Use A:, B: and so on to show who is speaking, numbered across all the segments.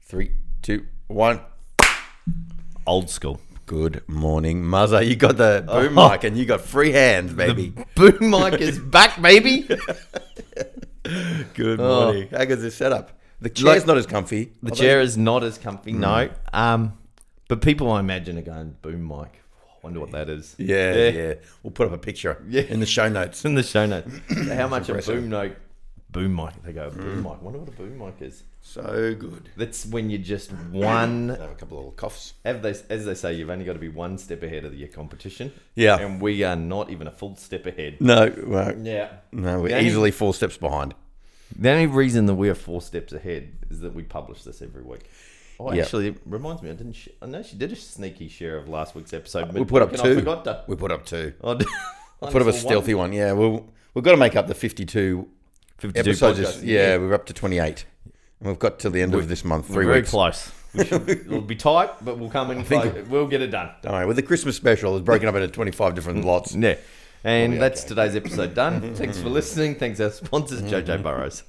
A: Three, two, one.
B: Old school.
A: Good morning, Muzza. You got the boom
B: Oh.
A: mic and you got free hands, baby.
B: Boom mic is back, baby. Good
A: Oh,
B: morning.
A: how good's this setup? The chair's
B: Like-
A: not as comfy.
B: The chair is not as comfy, no. Um, but people I imagine are going boom mic. Wonder what that is.
A: Yeah, yeah, We'll put up a picture
B: Yeah.
A: in the show notes.
B: It's in the show notes. So how much a
A: impressive.
B: boom mic? Boom mic. They go boom mic. Wonder what a boom mic is.
A: So good.
B: That's when you're just
A: I
B: one.
A: have a couple of little coughs.
B: Have they, as they say, you've only got to be one step ahead of your competition.
A: Yeah.
B: And we are not even a full step ahead.
A: No, well,
B: Yeah.
A: no, we're
B: The only-
A: easily four steps behind.
B: The only reason that we are four steps ahead is that we publish this every week. Oh,
A: Yeah.
B: actually, it reminds me. I didn't. Sh- I know she did a sneaky share of last week's episode.
A: We put up
B: and
A: two.
B: I forgot to. Oh,
A: We put up two.
B: I did- I
A: Put up a
B: saw
A: stealthy one. Yeah, we'll, we've got to make up the 52
B: one. 52
A: episodes.
B: podcasts.
A: yeah, we're up to 28. And we've got till the end of this month, three
B: very
A: weeks.
B: close. We should, it'll be tight, but we'll come in.
A: think-
B: close. We'll get it done.
A: Don't worry, with the Christmas special, it's broken up into 25 different lots.
B: Yeah. And
A: be
B: that's today's episode done. Thanks for listening. Thanks our sponsors, JJ Burrows.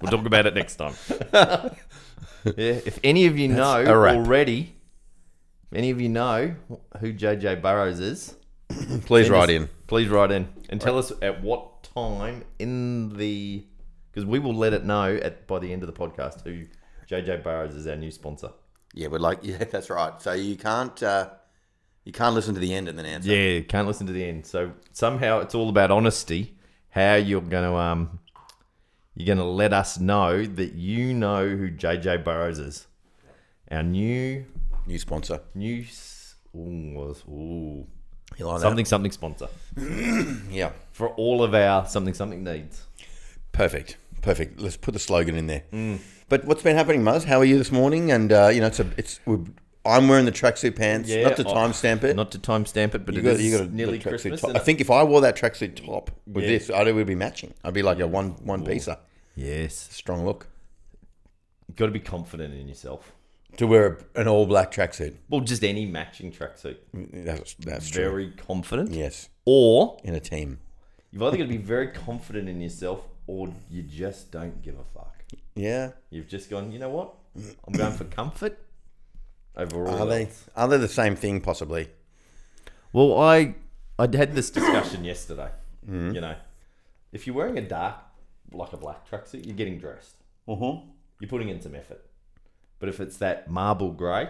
B: we'll talk about it next time. yeah, if any of you know
A: a wrap.
B: already, if any of you know who JJ Burrows is,
A: Please
B: send
A: write
B: us-
A: in.
B: Please write in and tell us at what time in the because we will let it know at by the end of the podcast who JJ Burrows is our new sponsor.
A: Yeah, we're like, yeah, that's right. So you can't, uh, you can't listen to the end and then answer.
B: Yeah, can't listen to the end. So somehow it's all about honesty. How you're going to um, you're going to let us know that you know who JJ Burrows is, our new
A: New sponsor.
B: new s- ooh, was- ooh,
A: You like
B: something something sponsor
A: that? Yeah.
B: for all of our something something needs.
A: Perfect. Perfect. Let's put the slogan in there. But what's been happening, Muzz? How are you this morning? And uh, you know, it's a, it's. we I'm wearing the tracksuit pants.
B: Yeah,
A: not to
B: oh,
A: timestamp it.
B: Not to timestamp it, but
A: you
B: it
A: got,
B: is
A: you got a,
B: nearly
A: the tracksuit
B: Christmas.
A: top.
B: and
A: I think if I wore that tracksuit top with
B: Yeah.
A: this, I would be matching. I'd be like a one one piecer.
B: yes,
A: Strong look
B: you've got to be confident in yourself.
A: to wear a, an all black tracksuit.
B: Well, just any matching tracksuit.
A: That's that's true.
B: Very confident,
A: Yes,
B: or
A: in a team.
B: You've either got to be very confident in yourself or you just don't give a fuck.
A: Yeah.
B: You've just gone, you know what? I'm going for comfort overall.
A: Are they are they the same thing possibly?
B: Well, I I had this discussion yesterday.
A: Mm-hmm.
B: You know, if you're wearing a dark, like a black tracksuit, you're getting dressed.
A: Uh-huh.
B: You're putting in some effort. But if it's that marble grey,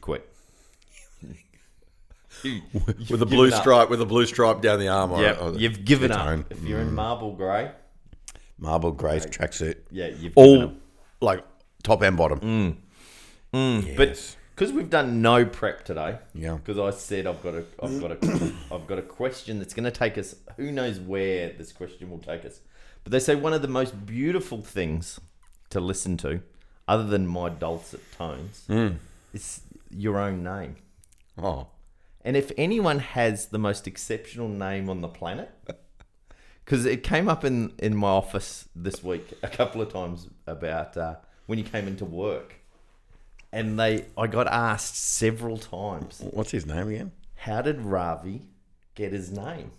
B: quit. You- you've
A: With a blue
B: given up.
A: stripe, with a blue stripe down the arm.
B: Yeah,
A: or, or
B: you've given
A: the
B: up.
A: tone. Mm.
B: If you're in marble grey,
A: marble grey tracksuit,
B: yeah, you've given up. Mm.
A: all like top and bottom. Yes.
B: But because we've done no prep today,
A: Yeah.
B: Because I said I've got a, I've got a, I've got a question that's going to take us. Who knows where this question will take us? But they say one of the most beautiful things to listen to, other than my dulcet tones,
A: Hmm.
B: is your own name.
A: Oh,
B: And if anyone has the most exceptional name on the planet, because it came up in, in my office this week a couple of times about uh, when you came into work, and they I got asked several times,
A: what's his name again?
B: how did Ravi get his name?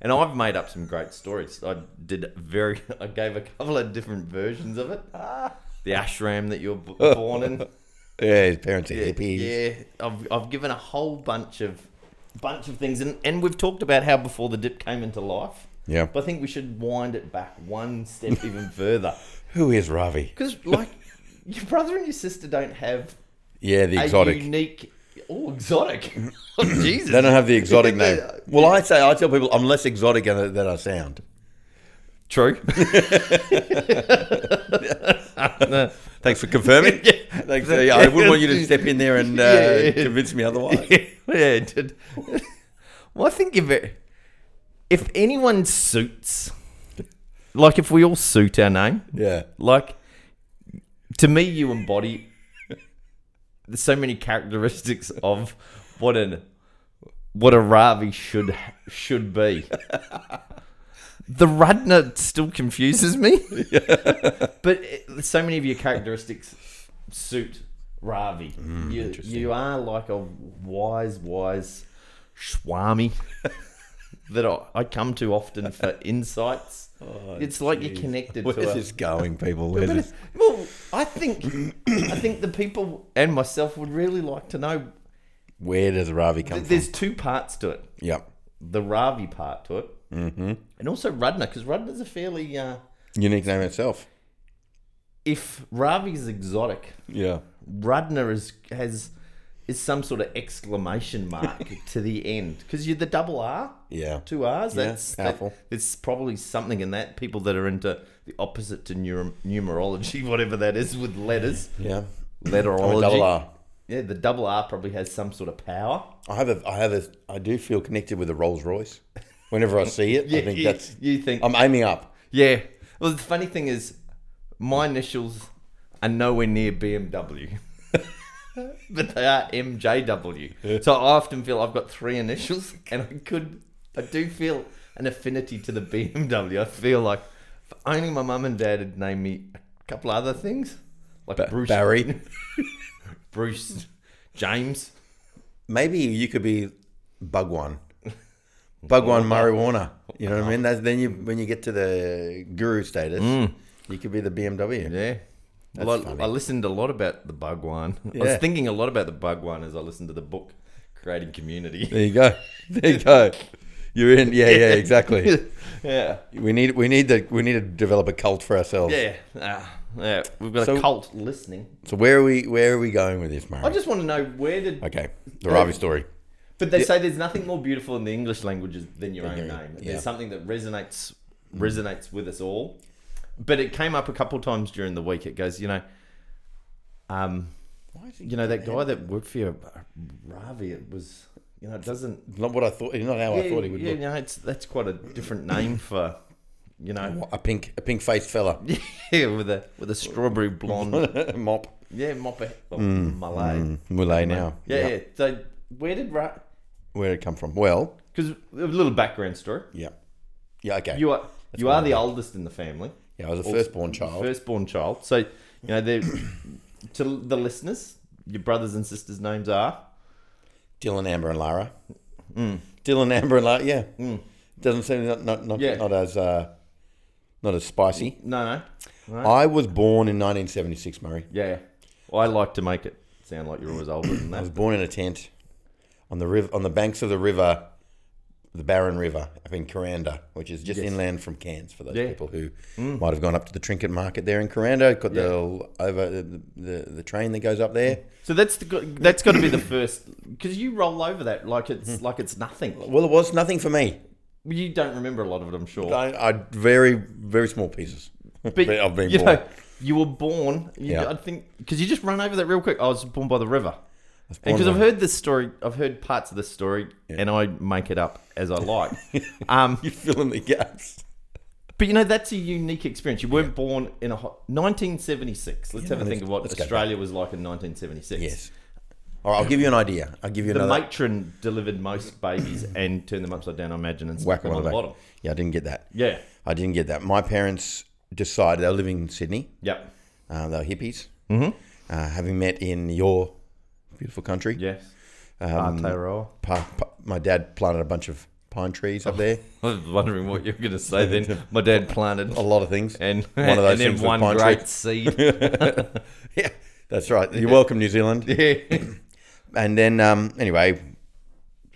B: And I've made up some great stories. I did very, I gave a couple of different versions of it. The ashram that you're b- born in.
A: Yeah, his parents are hippies.
B: Yeah, I've, I've given a whole bunch of bunch of things, and, and we've talked about how before the dip came into life.
A: Yeah.
B: but I think we should wind it back one step even further
A: Who is Ravi?
B: because like your brother and your sister don't have
A: Yeah, the exotic.
B: a unique oh exotic oh, Jesus
A: they don't have the exotic
B: Yeah.
A: name. Well, I say I tell people I'm less exotic than, than I sound.
B: true
A: Thanks for confirming.
B: Yeah.
A: Thanks. Yeah, I wouldn't want you to step in there and uh,
B: Yeah, yeah.
A: convince me otherwise.
B: yeah it did. well I think if it, if anyone suits like if we all suit our name
A: Yeah.
B: Like, to me, you embody so many characteristics of what an what a Ravi should should be. The Rudna still confuses me, but it- so many of your characteristics suit Ravi. you, you are like a wise, wise Swami. that I, I come to often for insights. it's like you're connected
A: Where's
B: to a,
A: this going, people? Where's
B: But
A: this?
B: it's- well, I think I think the people and myself would really like to know.
A: Where does Ravi come
B: th- There's two parts to it:
A: from? Yep.
B: the Ravi part to it, mm-hmm. and also Rudna, because Rudna's a fairly uh,
A: Unique name itself.
B: if Ravi's exotic,
A: Yeah.
B: Rudna is has is some sort of exclamation mark to the end because you're the double R,
A: Yeah.
B: two R's.
A: Yeah,
B: That's
A: powerful.
B: that- there's probably something in that. People that are into the opposite to numer- numerology, whatever that is, with letters,
A: Yeah. I'm
B: letterology.
A: a double R.
B: Yeah, the double R probably has some sort of power.
A: I have a, I have a, I do feel connected with a Rolls Royce. Whenever I see it, I think
B: you,
A: that's,
B: you think. Um,
A: I'm aiming up.
B: yeah. Well, the funny thing is, my initials are nowhere near BMW, but they are MJW. So I often feel I've got three initials, and I could, I do feel an affinity to the BMW. I feel like if only my mum and dad had named me a couple other things, like Bruce,
A: Barry,
B: Bruce, James.
A: maybe you could be Bug One. Bug One Murray Warner. You know what I mean? That's, then you, when you get to the guru status, you could be the BMW.
B: Yeah.
A: That's
B: Lot-
A: funny.
B: I listened a lot about the bug one. I
A: Yeah.
B: was thinking a lot about the bug one as I listened to the book Creating Community.
A: There you go. There you go. You're in. Yeah, yeah, exactly.
B: yeah.
A: We need, we need the, we need to develop a cult for ourselves.
B: Yeah. Ah, yeah. We've got
A: So-
B: a cult listening.
A: So where are we, where are we going with this,
B: I
A: Murray?
B: just want to know where did.
A: Okay, the Ravi story.
B: But they say there's nothing more beautiful in the English language than your own
A: your-
B: name.
A: yeah. Mm.
B: There's something that resonates resonates with us all. But it came up a couple times during the week. It goes, you know, um,
A: Why is he
B: you know that guy that worked for you, uh, Ravi. It was, you know, it doesn't
A: Not what I thought. Not how I thought he would
B: yeah,
A: look.
B: no, it's that's quite a different name for, you know,
A: A pink, a pink faced fella.
B: yeah, with a with a strawberry blonde,
A: Mop.
B: yeah, moppet, or
A: Mm,
B: Malay,
A: Malay now.
B: yeah, yeah. So where did Ra?
A: Where did it come from? Well,
B: Because a little background story.
A: yeah. Yeah, okay.
B: You are you are the oldest in the family,
A: yeah, I was a firstborn child.
B: firstborn child. So you know, they to the listeners, your brothers and sisters' names are
A: Dylan, Amber, and Lara.
B: Mm.
A: Dylan, Amber, and Lara. Yeah. Doesn't seem not not not,
B: Yeah.
A: not as uh, not as spicy.
B: no, no, no.
A: I was born in 1976, Murray.
B: yeah. Well, I like to make it sound like you're always older than
A: I was
B: that.
A: born in a tent on the river on the banks of the river, the Barron River up in Coranda, which is just inland from Cairns. For those
B: Yeah. Mm.
A: people who might have gone up to the trinket market there in Coranda, got the l- over the, the the train that goes up there.
B: So that's the go- that's got to be the first because you roll over that like
A: Hmm.
B: it's like it's nothing.
A: Well, it was nothing for me.
B: You don't remember a lot of it, I'm sure.
A: I, I very very small pieces.
B: But
A: I've been
B: you
A: born.
B: know, you were born. You,
A: Yeah.
B: I think because you just run over that real quick. I was born by the river
A: was born
B: because I've
A: by-
B: heard this story. I've heard parts of this story, and I make it up as I like. um,
A: You fill in the gaps.
B: but you know that's a unique experience. You weren't born in a hot, 1976. Let's have a think of what
A: go
B: Australia was like in 1976.
A: Yes. All right, I'll give you an idea. I'll give you
B: The
A: another
B: matron delivered most babies and turned them upside down, I imagine, and
A: whack
B: stuck them
A: one
B: on
A: on
B: the
A: back.
B: bottom.
A: Yeah, I didn't get that.
B: Yeah.
A: I didn't get that. My parents decided they were living in Sydney.
B: Yep.
A: Uh, they were hippies. Mm-hmm. Uh, having met in your beautiful country,
B: Yes.
A: Um,
B: Aotearoa.
A: Pa- pa- my dad planted a bunch of pine trees
B: Oh.
A: up there.
B: I was wondering what you were going to say then. My dad planted
A: A lot of things.
B: and
A: One of those
B: and then
A: things with
B: one
A: pine
B: great
A: trees.
B: seed.
A: yeah, that's right. You're welcome, New Zealand.
B: yeah.
A: And then, um, anyway,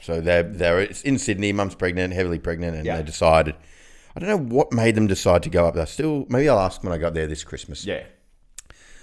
A: so they're, they're in Sydney. Mum's pregnant, heavily pregnant, and
B: Yeah.
A: they decided. I don't know what made them decide to go up there. Still, maybe I'll ask when I got there this Christmas.
B: Yeah.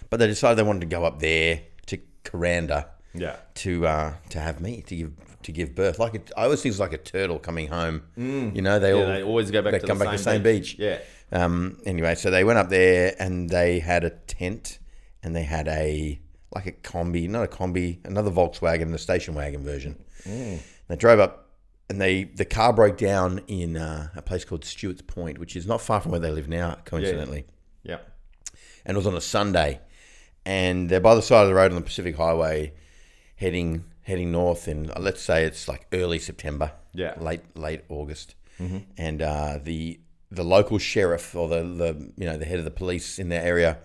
A: But they decided they wanted to go up there to Coranda
B: Yeah.
A: to uh, to have me to give to give birth. Like it, I always think it's like a turtle coming home. You know, they all
B: Mm. They always go back
A: they
B: to
A: come
B: the
A: back to the same
B: same
A: beach.
B: Yeah.
A: Um, anyway, so they went up there and they had a tent and they had a like a combi, not a combi, another Volkswagen, the station wagon version.
B: Mm.
A: They drove up and they the car broke down in uh, a place called Stewart's Point, which is not far from where they live now, coincidentally.
B: Yeah.
A: And it was on a Sunday, and they're by the side of the road on the Pacific Highway, heading heading north. And uh, let's say it's like early September,
B: Yeah. Mm-hmm.
A: late late August, and uh, the the local sheriff or the, the you know the head of the police in their area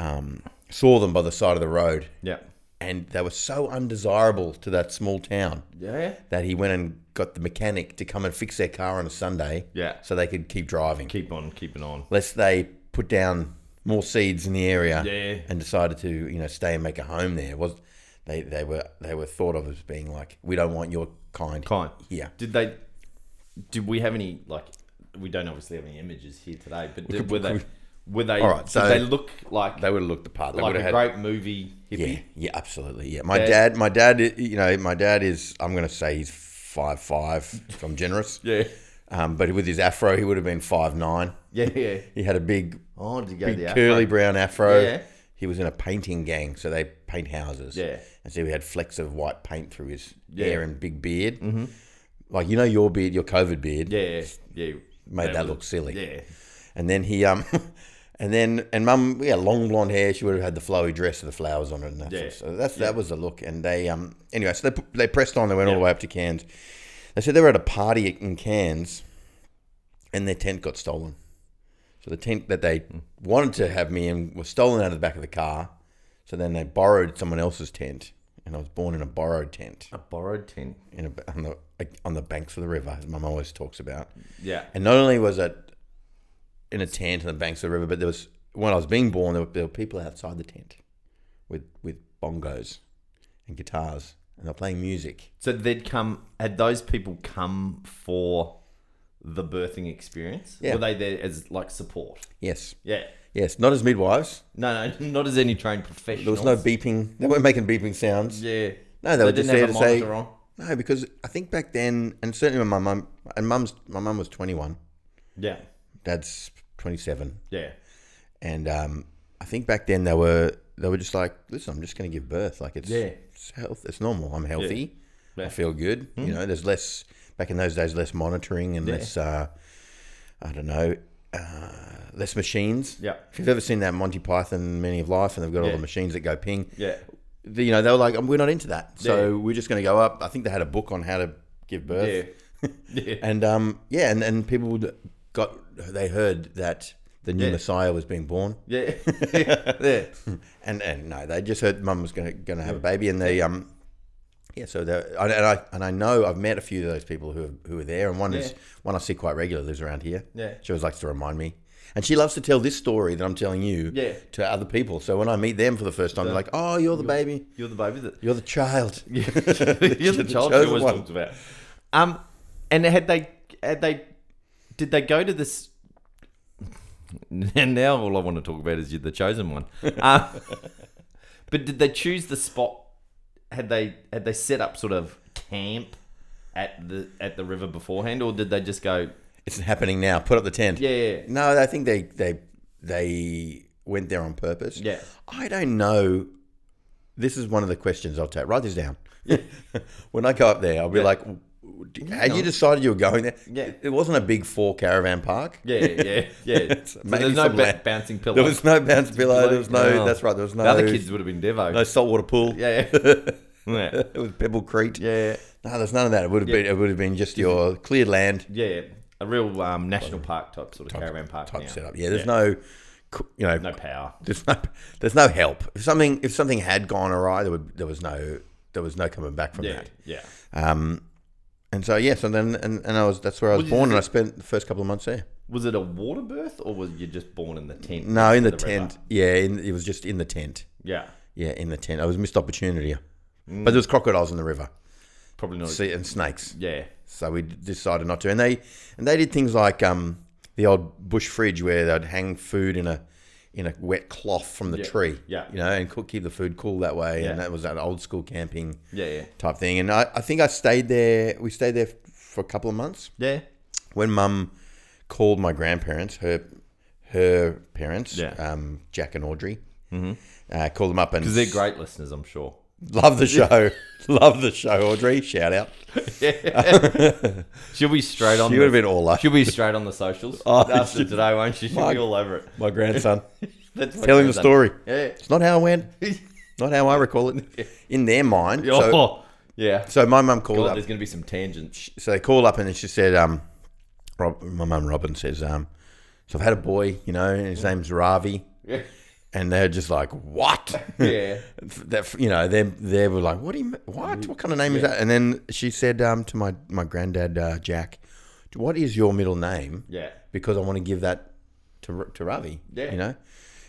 A: um, saw them by the side of the road
B: Yeah.
A: and they were so undesirable to that small town
B: Yeah.
A: that he went and got the mechanic to come and fix their car on a Sunday
B: Yeah.
A: so they could keep driving.
B: Keep on keeping on.
A: Lest they put down more seeds in the area
B: Yeah.
A: and decided to, you know, stay and make a home there. It Was they, they were they were thought of as being like, We don't want your kind.
B: Kind.
A: Yeah.
B: Did they? Did we have any like? We don't obviously have any images here today, but did,
A: could-
B: were they?
A: could-
B: Were they?
A: All right,
B: did
A: so-
B: they look like
A: They would have looked the part. They
B: like
A: would
B: a
A: have had
B: great movie hippie?
A: Yeah, yeah, absolutely. Yeah, my
B: Dad-
A: dad, my dad, i- you know, my dad is. I'm going to say he's five five. If I'm generous,
B: Yeah,
A: um, but with his afro, he would have been five nine.
B: yeah, yeah.
A: He had a big,
B: Oh, did you go
A: big
B: to the
A: curly brown afro.
B: Yeah.
A: He was in a painting gang, so they paint houses.
B: Yeah.
A: and so he had flecks of white paint through his
B: Yeah. Mm-hmm.
A: hair and big beard. Like you know your beard, your COVID beard.
B: Yeah, yeah.
A: made that
B: was-
A: look silly.
B: Yeah,
A: And then he um and then and mum yeah, long blonde hair, she would have had the flowy dress with the flowers on it and that sort
B: Yeah.
A: of- so that's that was the look. And they um anyway, so they pu- they pressed on, they went all the way up to Cairns. They said they were at a party in Cairns and their tent got stolen. So the tent that they
B: Hmm.
A: wanted to have me in was stolen out of the back of the car. So then they borrowed someone else's tent. And I was born in a borrowed tent
B: a borrowed tent.
A: in a, on the on the banks of the river, as mum always talks about.
B: Yeah,
A: And not only was it in a tent on the banks of the river, but there was when I was being born, there were, there were people outside the tent with with bongos and guitars, and they're playing music.
B: so they'd come. Had those people come for the birthing experience?
A: Yeah.
B: Were they there as like support?
A: Yes,
B: Yeah.
A: yes, not as midwives.
B: No, no, not as any trained professional.
A: There was no beeping. They weren't making beeping sounds.
B: Yeah.
A: No, they were just there to say-
B: monitor on.
A: No, because I think back then, and certainly when my mum and mum's my mum was twenty one,
B: Yeah.
A: dad's twenty seven,
B: Yeah.
A: and um, I think back then they were they were just like, listen, I'm just going to give birth. Like it's
B: Yeah.
A: it's health, it's normal. I'm healthy.
B: Yeah. Hmm.
A: I feel good. You know, there's less back in those days, less monitoring and less uh, I don't know, uh, less machines.
B: Yeah.
A: If you've ever seen that Monty Python Many of Life, and they've got all
B: Yeah.
A: the machines that go ping.
B: Yeah.
A: The, you know, they were like, we're not into that. So
B: Yeah.
A: we're just going to go up. I think they had a book on how to give birth.
B: Yeah. yeah.
A: And um, yeah, and, and people would- got they heard that the new
B: Yeah.
A: Messiah was being born.
B: Yeah. yeah.
A: and and no, they just heard mum was gonna gonna have a baby, and they um, yeah. So they and and I and I know I've met a few of those people who who are there, and one is
B: Yeah.
A: one I see quite regularly lives around here.
B: Yeah.
A: she always likes to remind me, and she loves to tell this story that I'm telling you.
B: Yeah.
A: to other people. So when I meet them for the first time, they're like, "Oh, you're the baby,
B: You're the baby that
A: you're the child."
B: You're the
A: The
B: child
A: chosen
B: she always
A: one.
B: talks about. Um and had they had they did they go to this and now all I want to talk about is you're the chosen one. Um, but did they choose the spot had they had they set up sort of camp at the at the river beforehand or did they just go
A: It's happening now. Put up the tent.
B: yeah yeah
A: No, I think they they they went there on purpose.
B: Yeah.
A: I don't know. This is one of the questions I'll take. Write this down. when I go up there, I'll be like, w- w- d- "Had you decided you were going there?"
B: Yeah.
A: It wasn't a big four caravan park.
B: yeah yeah yeah, yeah. So
A: Maybe
B: there's no
A: some
B: ba-
A: land.
B: bouncing
A: There
B: pillows
A: was no bounce pillow. There was no.
B: Oh.
A: That's right. There was no.
B: the other kids would have been devo
A: No saltwater pool.
B: yeah yeah yeah
A: It was Pebble Creek.
B: yeah
A: No, there's none of that. It would have been. It would have been just your cleared land
B: Yeah, a real um, national park type sort of caravan park
A: type
B: now.
A: setup. Yeah. There's no. co- You know,
B: No power.
A: There's no, there's no help. If something, if something had gone awry, there, would, there was no, there was no coming back from
B: Yeah,
A: that.
B: yeah.
A: Um, and so yes, and then and, and I was that's where I was
B: Well,
A: born,
B: you-
A: and I spent the first couple of months there.
B: Was it a water birth or was you just born in the tent?
A: No, in the,
B: river?
A: tent. Yeah, in, it was just in the tent.
B: Yeah,
A: Yeah, in the tent. I was missed opportunity, but there was crocodiles in the river,
B: probably not.
A: see, and snakes.
B: Mm. yeah,
A: So we d- decided not to, and they and they did things like um, the old bush fridge where they'd hang food in a in a wet cloth from the tree,
B: yeah.
A: you know, and cook, keep the food cool that way.
B: Yeah.
A: And that was that old school camping.
B: yeah, yeah,
A: type thing. And I, I think I stayed there. We stayed there for a couple of months.
B: yeah.
A: When Mum called my grandparents, her her parents,
B: Yeah. Mm-hmm.
A: um, Jack and Audrey, uh, called them up and
B: Because they're great listeners, I'm sure.
A: love the show, love the show. Audrey, shout out.
B: She'll be straight on.
A: She
B: the,
A: would have been all over
B: She'll be straight on the socials
A: Oh,
B: after
A: she-
B: today, won't she? She'll
A: Mike.
B: be all over it.
A: my grandson
B: That's what
A: telling the
B: goes on.
A: story.
B: Yeah.
A: It's not how it went, not how I recall it in their mind. So,
B: oh, yeah.
A: so my mum called
B: God,
A: up.
B: there's going to be some tangents.
A: so they call up and then she said, um, Rob, my mum Robin says, um, so I've had a boy, you know, and his name's Ravi.
B: Yeah.
A: and they're just like, "What?"
B: Yeah.
A: that you know they they were like, "What do you m- what? What kind of name is that?" And then she said um, to my my granddad uh, Jack, "What is your middle name?"
B: Yeah.
A: because I want to give that to R- to Ravi.
B: Yeah.
A: you know,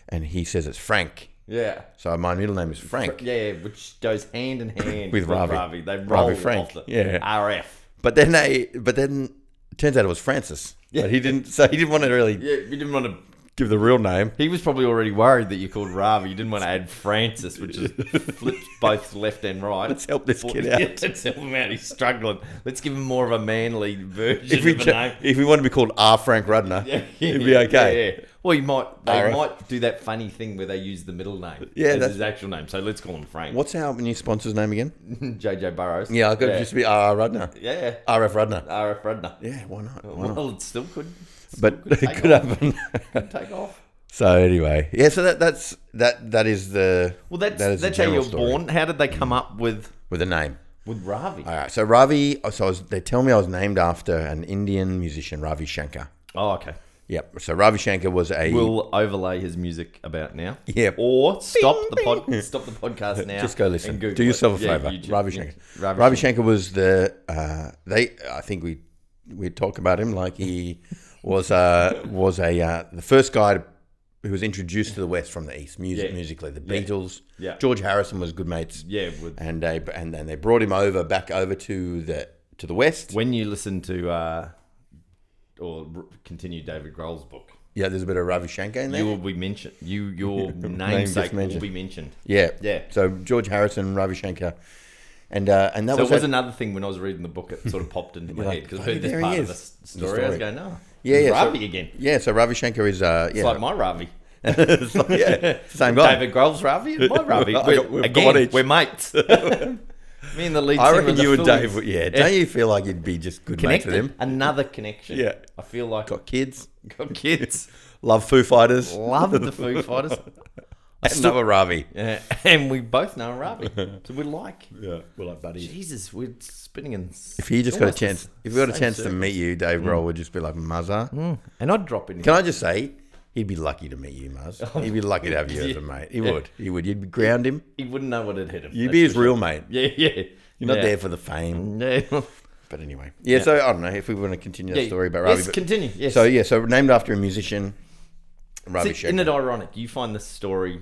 A: and he says it's Frank.
B: Yeah.
A: So my middle name is Frank.
B: Yeah, which goes hand in hand
A: With Ravi.
B: They
A: Ravi
B: roll
A: Frank,
B: off the
A: yeah.
B: RF.
A: But then they but then it turns out it was Francis. But he didn't. So he didn't want to really
B: Yeah, you didn't want to.
A: give the real name.
B: He was probably already worried that you called Ravi. You didn't want to add Francis, which is flips both left and right.
A: Let's help this
B: But-
A: kid out.
B: Yeah, let's help him out. He's struggling. Let's give him more of a manly version
A: If we
B: of a
A: cha-
B: name.
A: if we want to be called R. Frank Rudner,
B: Yeah,
A: it'd be okay.
B: yeah, yeah. Well, you might they
A: RF.
B: might do that funny thing where they use the middle name
A: Yeah,
B: as
A: that's-
B: his actual name. So let's call him Frank.
A: What's our new sponsor's name again?
B: JJ Burrows.
A: Yeah, I could
B: yeah.
A: just be R. Rudner.
B: yeah.
A: R.F. Rudner.
B: RF Rudner.
A: Yeah, why not? Why not?
B: Well, it still could,
A: but
B: could
A: it
B: take
A: could happen.
B: could take off.
A: so anyway, yeah. So that that's that that is the
B: Well, that's
A: that is the
B: that's how
A: general
B: you're
A: story
B: born. How did they come up with
A: with a name.
B: with Ravi?
A: All right. So Ravi. oh, So I was, they tell me I was named after an Indian musician, Ravi Shankar.
B: Oh, okay.
A: Yep. So Ravi Shankar was a
B: We'll overlay his music about now.
A: Yep.
B: Or stop the
A: Bing,
B: pod, stop the podcast now.
A: Just go listen.
B: and Google
A: Do yourself
B: it.
A: a
B: Yeah,
A: favor.
B: YouTube-
A: Ravi
B: yeah,
A: Shankar.
B: Ravi
A: Ravi Shankar was the uh, they. I think we we talk about him like he was uh, was a uh, the first guy to, who was introduced to the West from the East music
B: Yeah.
A: musically. The Beatles.
B: Yeah.
A: George Harrison was good mates.
B: Shankar. Yeah. With,
A: And they and then they brought him over back over to the to the West.
B: when you listen to uh, or r- continue David Grohl's book,
A: Yeah, there's a bit of Ravi Shankar in there.
B: you will be mentioned. You your
A: gets
B: namesake will
A: mentioned.
B: be mentioned.
A: Yeah,
B: Yeah.
A: So George Harrison, Ravi Shankar, and uh, and that
B: So
A: was,
B: it was
A: that-
B: another thing when I was reading the book, it sort of popped into my head
A: like,
B: because I
A: bloody
B: heard
A: there
B: this
A: he
B: part of the
A: is.
B: s- story. I was
A: story.
B: going, no,
A: Yeah, yeah, so-
B: Ravi again.
A: yeah. So Ravi Shankar is uh, yeah,
B: It's like my Ravi.
A: It's like- yeah, same guy.
B: David Grohl's Ravi and my Ravi.
A: I got- we've
B: We're,
A: got
B: again,
A: one each.
B: we're mates. Me and the lead
A: I
B: singer
A: reckon
B: of the
A: you and
B: Phillies
A: Dave, would- yeah. Don't you feel like you'd be just good mates
B: connected.
A: with him?
B: Another connection.
A: Yeah.
B: I feel like
A: Got kids,
B: got kids.
A: love Foo Fighters,
B: Love the Foo Fighters.
A: and another Ravi.
B: Yeah, and we both know Ravi, so we're like,
A: Yeah, well, like buddies.
B: Jesus, we're spinning in.
A: If he just got a chance, if we got a chance to meet you,
B: Mm.
A: Dave Grohl would just be like, Muzza.
B: and I'd drop in.
A: Can I just say, he'd be lucky to meet you, Muzz. He'd be lucky to have you as a mate. He would. He would. You'd ground him.
B: He wouldn't know what had hit him.
A: You'd be his real mate.
B: yeah, yeah.
A: You're not
B: yeah.
A: there for the fame.
B: No.
A: But anyway, yeah, So I don't know if we want to continue that
B: Yeah,
A: story about Ravi.
B: yes,
A: but-
B: continue. Yes.
A: so yeah, so named after a musician, Ravi
B: Is it- Isn't
A: Shankar.
B: it ironic? You find this story.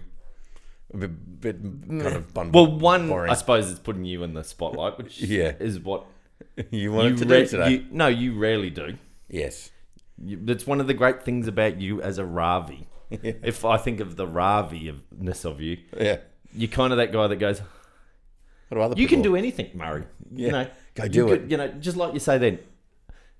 A: A bit, bit kind of bun-
B: Mm. Well, one,
A: boring.
B: I suppose, it's putting you in the spotlight, which
A: Yeah.
B: is what
A: you wanted
B: you
A: to
B: re-
A: do today.
B: you- no, you rarely do.
A: yes.
B: You, that's one of the great things about you as a Ravi. If I think of the Ravi ofness of you,
A: Yeah.
B: you're kind of that guy that goes,
A: What do other
B: "You can
A: people-
B: do anything, Murray. You
A: Yeah.
B: know,
A: Go
B: you
A: do
B: You know, just like you say, then,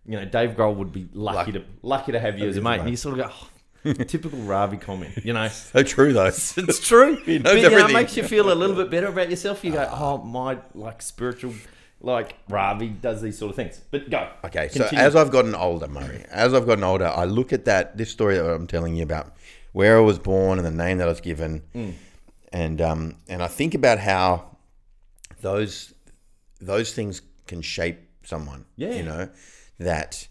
B: you know, Dave Grohl would be lucky to lucky to have you as a mate. And you sort of go, oh, typical Ravi comment. You know,
A: So Oh, true though.
B: It's true.
A: He knows
B: but, you know, it
A: everything.
B: makes you feel a little bit better about yourself. You go, oh, my like spiritual, like Ravi does these sort of things. But go.
A: Okay, so
B: Continue.
A: as I've gotten older, Murray, as I've gotten older, I look at that this story that I'm telling you about, where I was born and the name that I was given,
B: Mm.
A: and um, and I think about how those those things can shape someone.
B: Yeah.
A: you know that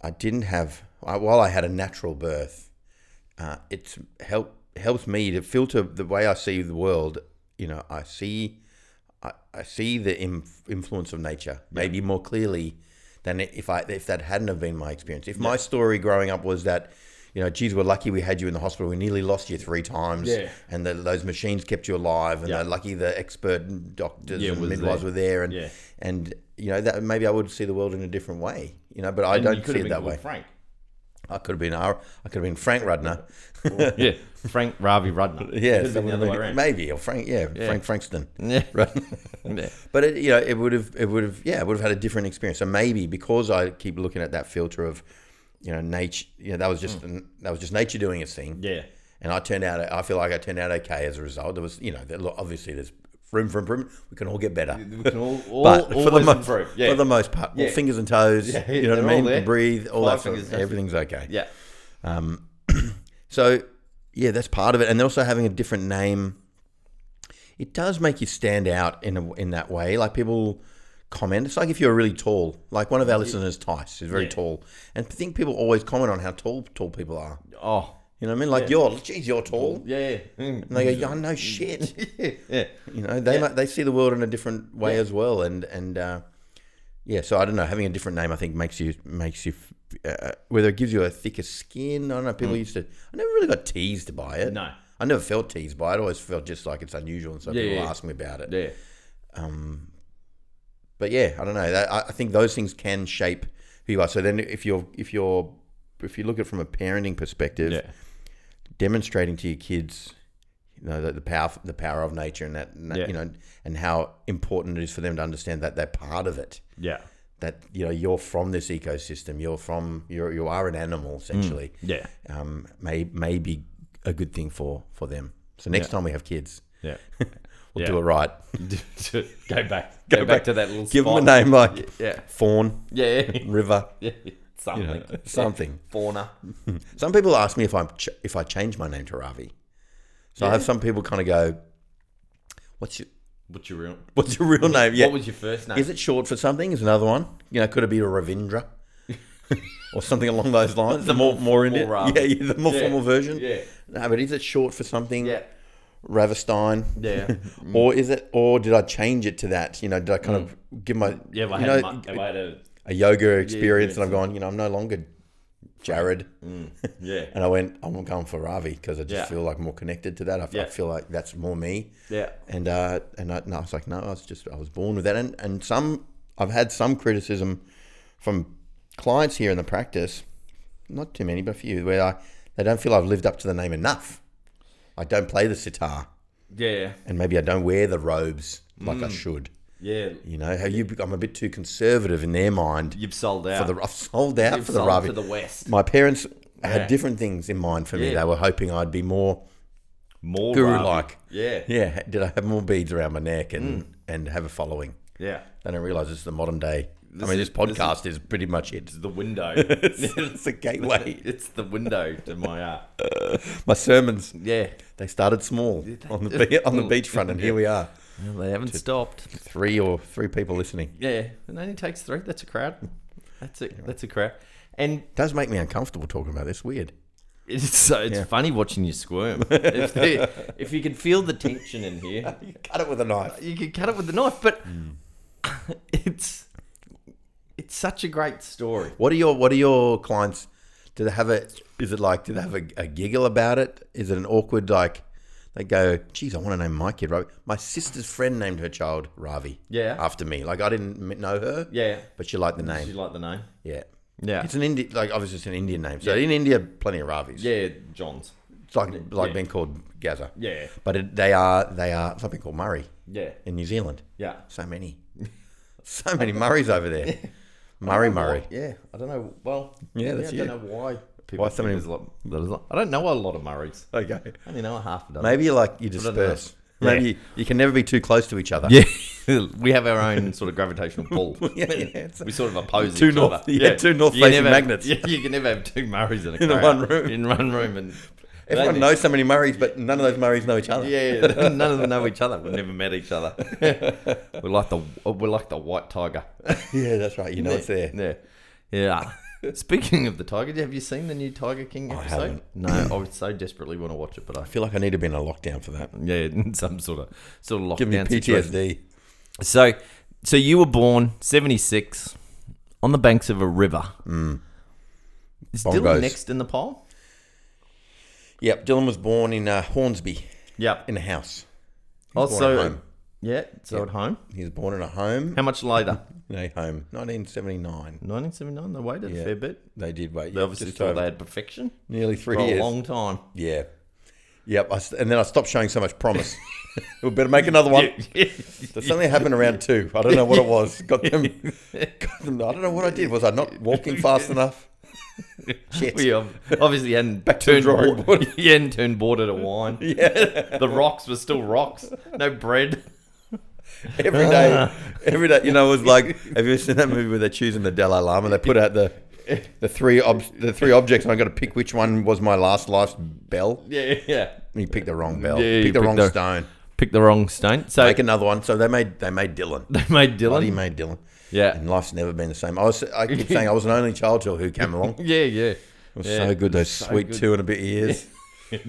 A: I didn't have I, while I had a natural birth. Uh, it's help helps me to filter the way I see the world. You know, I see I, I see the Im- influence of nature maybe more clearly than i- if I if that hadn't have been my experience. If my story growing up was that, you know, geez, we're lucky we had you in the hospital. We nearly lost you three times,
B: Yeah.
A: and that those machines kept you alive, and
B: Yeah.
A: they're lucky the expert doctors
B: Yeah,
A: and
B: was
A: midwives
B: there.
A: were there, and
B: Yeah.
A: and you know that maybe I would see the world in a different way, you know. But I
B: And you
A: don't
B: could
A: see
B: have
A: it
B: been
A: that
B: called
A: way.
B: Frank.
A: I could have been our, I could have been Frank Rudner,
B: yeah, Frank Ravi Rudner. Could
A: yeah,
B: have been the
A: someone
B: other way
A: like-
B: around.
A: maybe or Frank, yeah, Frank Frankston,
B: Yeah.
A: Rudner.
B: Yeah.
A: But it, you know, it would have, it would have, yeah, it would have had a different experience. So maybe because I keep looking at that filter of, you know, nature, you know, that was just that was just nature doing its thing,
B: Hmm. Yeah.
A: and I turned out, I feel like I turned out okay as a result. There was, you know, there, look, obviously there's room for improvement. We can all get better,
B: We can all, all,
A: but
B: all
A: for the most,
B: improve. Yeah.
A: for the most part, well,
B: Yeah.
A: fingers and toes,
B: Yeah,
A: you know what I
B: they're all
A: mean.
B: there.
A: Can breathe, all
B: Five
A: that sort of,
B: fingers,
A: everything's okay.
B: yeah.
A: So yeah, that's part of it, and also having a different name. It does make you stand out in a, in that way. Like people comment. It's like if you're really tall. Like one of our listeners, Tice, is very
B: Yeah.
A: tall, and I think people always comment on how tall tall people are.
B: Oh,
A: You know what I mean? Like you're, geez, you're tall.
B: Yeah. Mm.
A: And they go, yeah, no shit.
B: yeah.
A: You know, they might- they see the world in a different way as well, and and uh, yeah. So I don't know, having a different name, I think makes you makes you uh, whether it gives you a thicker skin. I don't know. People used to. I never really got teased by it.
B: Mm. No.
A: I never felt teased by it. I always felt just like it's unusual, and so
B: Yeah,
A: people
B: yeah.
A: ask me about it.
B: Yeah.
A: But yeah, I don't know. That, I, I think those things can shape who you are. So then, if you're if you're if you look at it from a parenting perspective,
B: Yeah.
A: demonstrating to your kids, you know, the, the power the power of nature and that, and that,
B: Yeah.
A: you know, and how important it is for them to understand that they're part of it.
B: Yeah.
A: That you know, you're from this ecosystem. You're from you're you are an animal essentially.
B: Mm. Yeah.
A: Um, may may be a good thing for for them. So next time we have kids,
B: Yeah.
A: we'll
B: Yeah.
A: do it right.
B: go back. Go, back,
A: back.
B: to that little
A: Give
B: spot.
A: them a name like
B: Yeah.
A: fawn,
B: Yeah. Yeah.
A: river,
B: yeah. Something.
A: something.
B: Fauna.
A: Some people ask me if I'm ch- if I change my name to Ravi. So I have some people kind of go, "What's your
B: What's your real?
A: what's your real name?" Yeah,
B: What was your first name?
A: Is it short for something? Is another one? You know, could it be a Ravindra or something along those lines? The more more in
B: formal
A: it,
B: Ravi.
A: yeah, yeah, the more
B: Yeah.
A: formal version.
B: Yeah.
A: No, but is it short for something?
B: Yeah.
A: Ravestein.
B: Yeah.
A: Or is it? Or did I change it to that? You know, did I kind of give my
B: Mm. Yeah. If I
A: you
B: had,
A: know,
B: my, if I had a,
A: a yoga experience, and
B: yeah,
A: I've gone, you know, I'm no longer Jared,
B: yeah.
A: and I went, I'm going for Ravi because I just
B: Yeah.
A: feel like more connected to that. I, f- I
B: Yeah.
A: feel like that's more me.
B: Yeah.
A: And uh, and I, no, I was like, no, I was just I was born with that. And and some I've had some criticism from clients here in the practice, not too many, but a few, where I, they don't feel I've lived up to the name enough. I don't play the sitar,
B: Yeah.
A: and maybe I don't wear the robes like
B: Mm.
A: I should.
B: Yeah.
A: You know, how you I'm a bit too conservative in their mind.
B: You've sold out.
A: For the, I've sold out
B: You've
A: for the
B: sold
A: Ravi.
B: to the West.
A: My parents
B: Yeah.
A: had different things in mind for me.
B: Yeah.
A: They were hoping I'd be more
B: More
A: guru
B: Ravi.
A: like.
B: Yeah.
A: Yeah, did I have more beads around my neck and
B: Mm.
A: and have a following?
B: Yeah.
A: They don't realize it's the modern day. I mean,
B: is-
A: this podcast is, pretty much it.
B: It's the window.
A: It's, it's a gateway.
B: it's the window to my art.
A: my sermons
B: Yeah.
A: they started small on the be- on the beachfront, and here we are,
B: Well, they haven't stopped.
A: three or three people listening.
B: Yeah. It only takes three. That's a crowd. That's a that's a crowd. And
A: It does make me uncomfortable talking about this. Weird.
B: it's so it's funny watching you squirm. if, the, if you can feel the tension in here,
A: You cut it with a knife.
B: you can cut it with a knife. But it's it's such a great story.
A: What are your What are your clients? Do they have a? Is it like? Do they have a, a giggle about it? Is it an awkward like? They go, geez, I want to name my kid Ravi. My sister's friend named her child Ravi.
B: Yeah.
A: After me, like I didn't m- know her.
B: Yeah.
A: But she liked the
B: Did you
A: name.
B: like the name?
A: Yeah.
B: Yeah.
A: It's an Indian, like obviously it's an Indian name. So in India, plenty of Ravis.
B: yeah. John's.
A: It's like like
B: Yeah.
A: being called Gaza.
B: Yeah.
A: But it, they are they are something called Murray
B: Yeah.
A: in New Zealand.
B: Yeah.
A: So many, so many Murrays over there. Murray Murray.
B: Yeah, I don't know. Well,
A: Yeah, that's
B: I
A: you.
B: don't know why. People
A: Why
B: think
A: so many-
B: there's a lot, there's a lot- I don't know a lot of Murrays.
A: Okay.
B: I only know a half a dozen.
A: Maybe you like you
B: don't know.
A: disperse. Maybe
B: Yeah.
A: you, you can never be too close to each other.
B: Yeah, we have our own sort of gravitational pull.
A: yeah, it's-
B: we sort of oppose
A: Two
B: each
A: north-
B: other.
A: yeah, two north
B: You can
A: facing
B: never have-
A: magnets.
B: Yeah, you can never have two Murrays in a
A: In the
B: crowd,
A: one room.
B: In one room, and
A: Everyone
B: they-
A: knows so many Murrays, but none of those Murrays know each other.
B: Yeah, yeah, none of them know each other. We've never met each other. we're like the we're like the white tiger.
A: yeah, that's right. You know it's there.
B: Yeah. Yeah. Speaking of the Tiger, have you seen the new Tiger King episode?
A: haven't.
B: No, I would so desperately want to watch it, but I
A: I feel like I need to be in a lockdown for that.
B: yeah, some sort of sort of lockdown
A: Give me
B: situation.
A: PTSD.
B: So, so you were born seventy six on the banks of a river. Is Dylan
A: Mm. Bongos.
B: next in the poll?
A: Yep. Dylan was born in uh, Hornsby
B: Yep.
A: in a house. He was born at
B: Also,
A: home.
B: yeah. So at home,
A: he was born in a home.
B: how much later?
A: In a home. 1979.
B: Nineteen seventy nine. They waited a
A: Yeah.
B: fair bit.
A: They did wait.
B: They
A: yeah,
B: obviously
A: just
B: thought
A: over-
B: they had perfection
A: nearly
B: for
A: three
B: a
A: years.
B: long time.
A: yeah. Yep. I st- and then I stopped showing so much promise. we better make another one. So something happened around two. I don't know what it was. Got them. Got them I don't know what I did. Was I not walking fast enough? Shit.
B: We ob- obviously hadn't
A: to the
B: turned
A: drawing
B: wa- you hadn't turned water to wine.
A: Yeah.
B: The rocks were still rocks. No bread.
A: Every day.
B: Ah.
A: Every day. You know, it was like, have you ever seen that movie where they're choosing the Dalai Lama? They put out the. The three ob- the three objects, and I got to pick which one was my last life's bell.
B: Yeah, yeah.
A: And he picked the wrong bell.
B: Yeah, he
A: picked the
B: picked
A: wrong
B: the-
A: stone.
B: Picked the wrong stone. So
A: Make another one. So they made they made Dylan.
B: they made
A: Bloody
B: Dylan.
A: made Dylan.
B: Yeah.
A: And life's never been the same. I was I keep saying I was an only child till who came along.
B: Yeah, yeah.
A: was
B: Yeah,
A: so good. Those
B: so
A: sweet
B: good.
A: two and a bit years.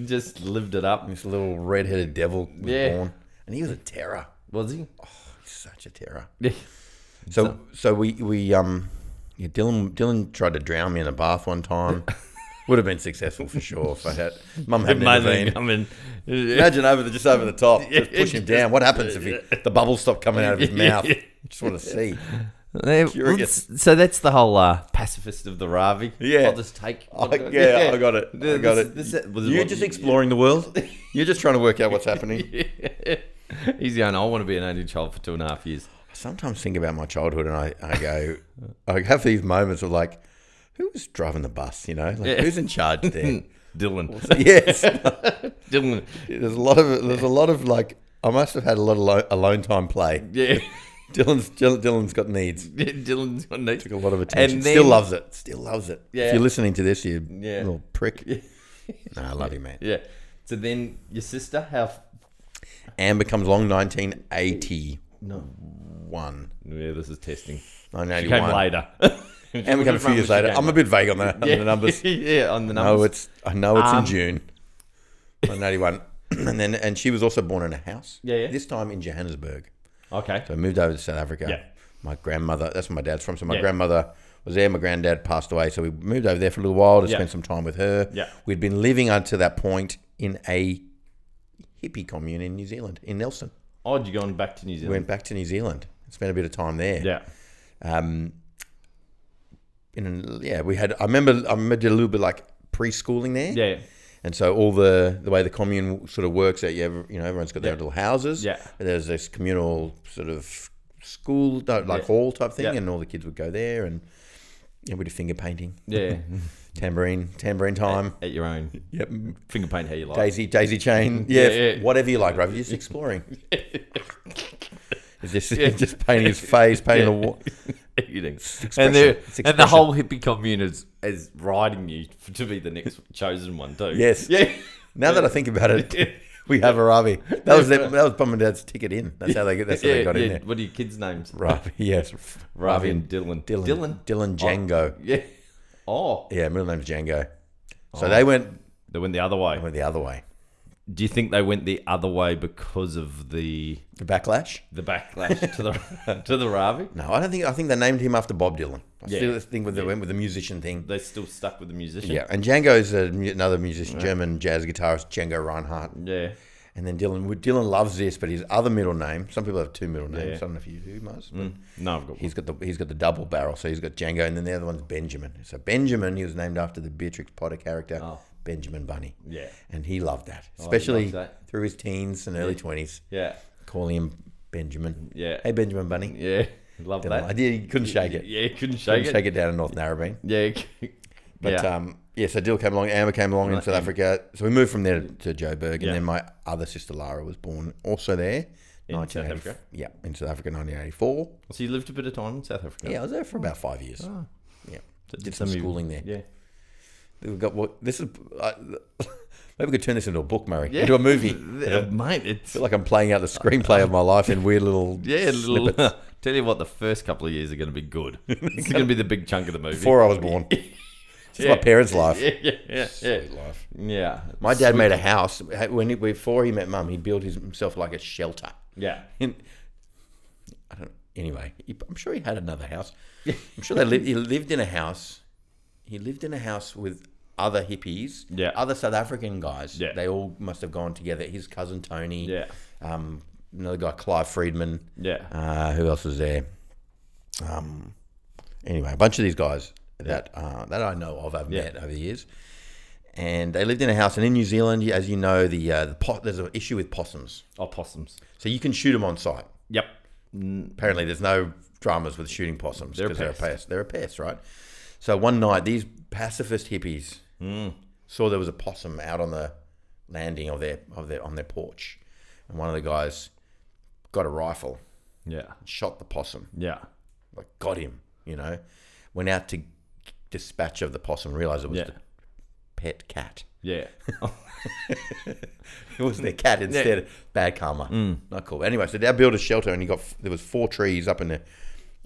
B: just lived it up.
A: This little red-headed devil was
B: Yeah.
A: born, and he was a terror.
B: Was he?
A: Such a terror.
B: Yeah.
A: So so we we um yeah, Dylan Dylan tried to drown me in a bath one time. Would have been successful for sure if I had mum hadn't
B: Amazing.
A: intervened.
B: I mean,
A: Imagine over the just over the top, just
B: Yeah,
A: push him
B: just-
A: down. What happens if he, the bubbles stop coming out of his
B: Yeah.
A: mouth? Just want to see.
B: Eh,
A: Curious.
B: let's- So that's the whole uh, pacifist of the Ravi.
A: Yeah.
B: I'll just take.
A: I, yeah, I got it. I got it. You're uh, just exploring the world. You're just trying to work out what's happening.
B: He's going. I want to be an only child for two and a half years.
A: I sometimes think about my childhood and I, I go, I have these moments of like, who was driving the bus? You know, like
B: Yeah.
A: who's in charge there?
B: Dylan.
A: yes,
B: Dylan.
A: There's a lot of there's a lot of like I must have had a lot of lo- alone time play.
B: Yeah.
A: Dylan's Dyl- Dylan's got needs.
B: Dylan's got no.
A: Took a lot of attention.
B: then-
A: Still loves it. Still loves it.
B: Yeah.
A: If you're listening to this, you
B: Yeah.
A: little prick. Nah, I love you, man.
B: Yeah. So then your sister, how?
A: Amber comes along 1981.
B: No. Yeah, this is testing. She
A: 1981.
B: came later.
A: Amber comes a few years later. I'm a bit vague on the, on
B: yeah.
A: the numbers.
B: yeah, on the numbers.
A: No, it's I know it's
B: Um,
A: in June. 1981. and then and she was also born in a house.
B: Yeah, yeah.
A: This time in Johannesburg.
B: okay.
A: So I moved over to South Africa.
B: Yeah.
A: My grandmother, that's where my dad's from. So my
B: Yeah.
A: grandmother was there. My granddad passed away. So we moved over there for a little while to
B: Yeah.
A: spend some time with her.
B: Yeah.
A: We'd been living up to that point in a hippie commune in New Zealand, in Nelson.
B: Oh, you gone back to New
A: We
B: Zealand?
A: went back to New Zealand, spent a bit of time there.
B: Yeah.
A: Um, in, yeah, we had, I remember, I remember did a little bit like preschooling there.
B: Yeah.
A: And so all the the way the commune sort of works that you have, you know everyone's got their
B: Yeah.
A: little houses.
B: Yeah.
A: And there's this communal sort of school no, like
B: Yeah.
A: hall type thing,
B: Yeah.
A: and all the kids would go there and yeah, we did finger painting,
B: Yeah.
A: tambourine, tambourine time.
B: At your own.
A: Yep.
B: Finger paint how you like.
A: Daisy, daisy chain, yeah,
B: Yeah, yeah.
A: whatever you like, Ravi. Just exploring. Is this just painting his face, painting the wall?
B: eating.
A: expression.
B: And, the
A: It's
B: and the
A: expression.
B: whole hippie commune is, is riding you f- to be the next chosen one, too.
A: Yes.
B: Yeah.
A: Now that I think about it, we have a Ravi. That was their, that was mum and dad's ticket in. That's how they that's how
B: yeah,
A: they got
B: yeah.
A: in there.
B: What are your kids' names?
A: Ravi, yes,
B: Ravi and Dylan.
A: Dylan.
B: Dylan.
A: Dylan Django.
B: Yeah. Oh,
A: Yeah, middle name's Django. So they went
B: they went the other way.
A: went the other way.
B: Do you think they went the other way because of the
A: The backlash?
B: the backlash to the to the Ravi?
A: No, I don't think. I think they named him after Bob Dylan. I
B: Yeah.
A: still think with the, went with the musician thing.
B: They still stuck with the musician.
A: Yeah, and Django is a, mu- another musician, German jazz guitarist, Django Reinhardt.
B: Yeah.
A: And then Dylan. well, Dylan loves this, but his other middle name. Some people have two middle names.
B: Yeah. Mm.
A: I don't know if you do, most. but
B: No, I've got one.
A: He's got the he's got the double barrel, so he's got Django, and then the other one's Benjamin. So Benjamin, he was named after the Beatrix Potter character,
B: Oh.
A: Benjamin Bunny.
B: Yeah. Oh,
A: and he loved that,
B: he
A: especially
B: loves that.
A: through his teens and early twenties.
B: Yeah.
A: Calling him Benjamin.
B: Yeah.
A: Hey, Benjamin Bunny.
B: Yeah. Love
A: Didn't
B: that.
A: like- yeah, he couldn't shake it.
B: Yeah, couldn't shake
A: Couldn't
B: it.
A: shake it down in North Narrabeen.
B: Yeah.
A: But
B: yeah.
A: um, yeah, so Dill came along, Amber came along in
B: Right,
A: South
B: Amber.
A: Africa. So we moved from there to Joburg,
B: Yeah.
A: and then my other sister Lara was born also there.
B: In South
A: 1980
B: Africa?
A: Yeah, in South Africa, 1984.
B: so you lived a bit of time in South Africa.
A: Yeah, I was there for about five years.
B: Oh.
A: Yeah,
B: So
A: did some
B: of you-
A: schooling there.
B: Yeah.
A: We've got what this is. I maybe we could turn this into a book, Murray,
B: Yeah.
A: into a movie.
B: Yeah, Mate, it's
A: feel like I'm playing out the screenplay of my life in weird little
B: yeah, little,
A: snippets.
B: tell you what, the first couple of years are going to be good. It's going to be the big chunk of the movie.
A: before I was born. It's
B: Yeah.
A: my parents' life.
B: yeah, yeah, yeah, yeah,
A: Sweet life.
B: yeah.
A: My dad made a house when he, before he met mum. He built his, himself like a shelter.
B: yeah,
A: And I don't. Anyway, he, I'm sure he had another house. I'm sure they lived. He lived in a house. He lived in a house with other hippies.
B: Yeah.
A: Other South African guys.
B: Yeah.
A: They all must have gone together. His cousin Tony.
B: yeah,
A: Um, another guy Clive Friedman.
B: yeah.
A: Uh, who else was there? Um, anyway, a bunch of these guys that uh, that I know of, I've
B: Yeah.
A: met over the years, and they lived in a house. And in New Zealand, as you know, the uh, the pot there's an issue with possums,
B: Opossums.
A: so you can shoot them on site.
B: Yep.
A: Apparently, there's no dramas with shooting possums
B: They're a
A: because they're a
B: pest.
A: pest. They're a pest, right? So one night, these pacifist hippies
B: Hmm.
A: saw there was a possum out on the landing of their of their on their porch, and one of the guys got a rifle,
B: Yeah,
A: and shot the possum
B: yeah,
A: like got him, you know. Went out to dispatch of the possum, realized it was
B: yeah,
A: the pet cat.
B: yeah.
A: It was their cat instead. Bad karma.
B: Hmm.
A: Not cool. Anyway, so they built a shelter, and he got there was four trees up in the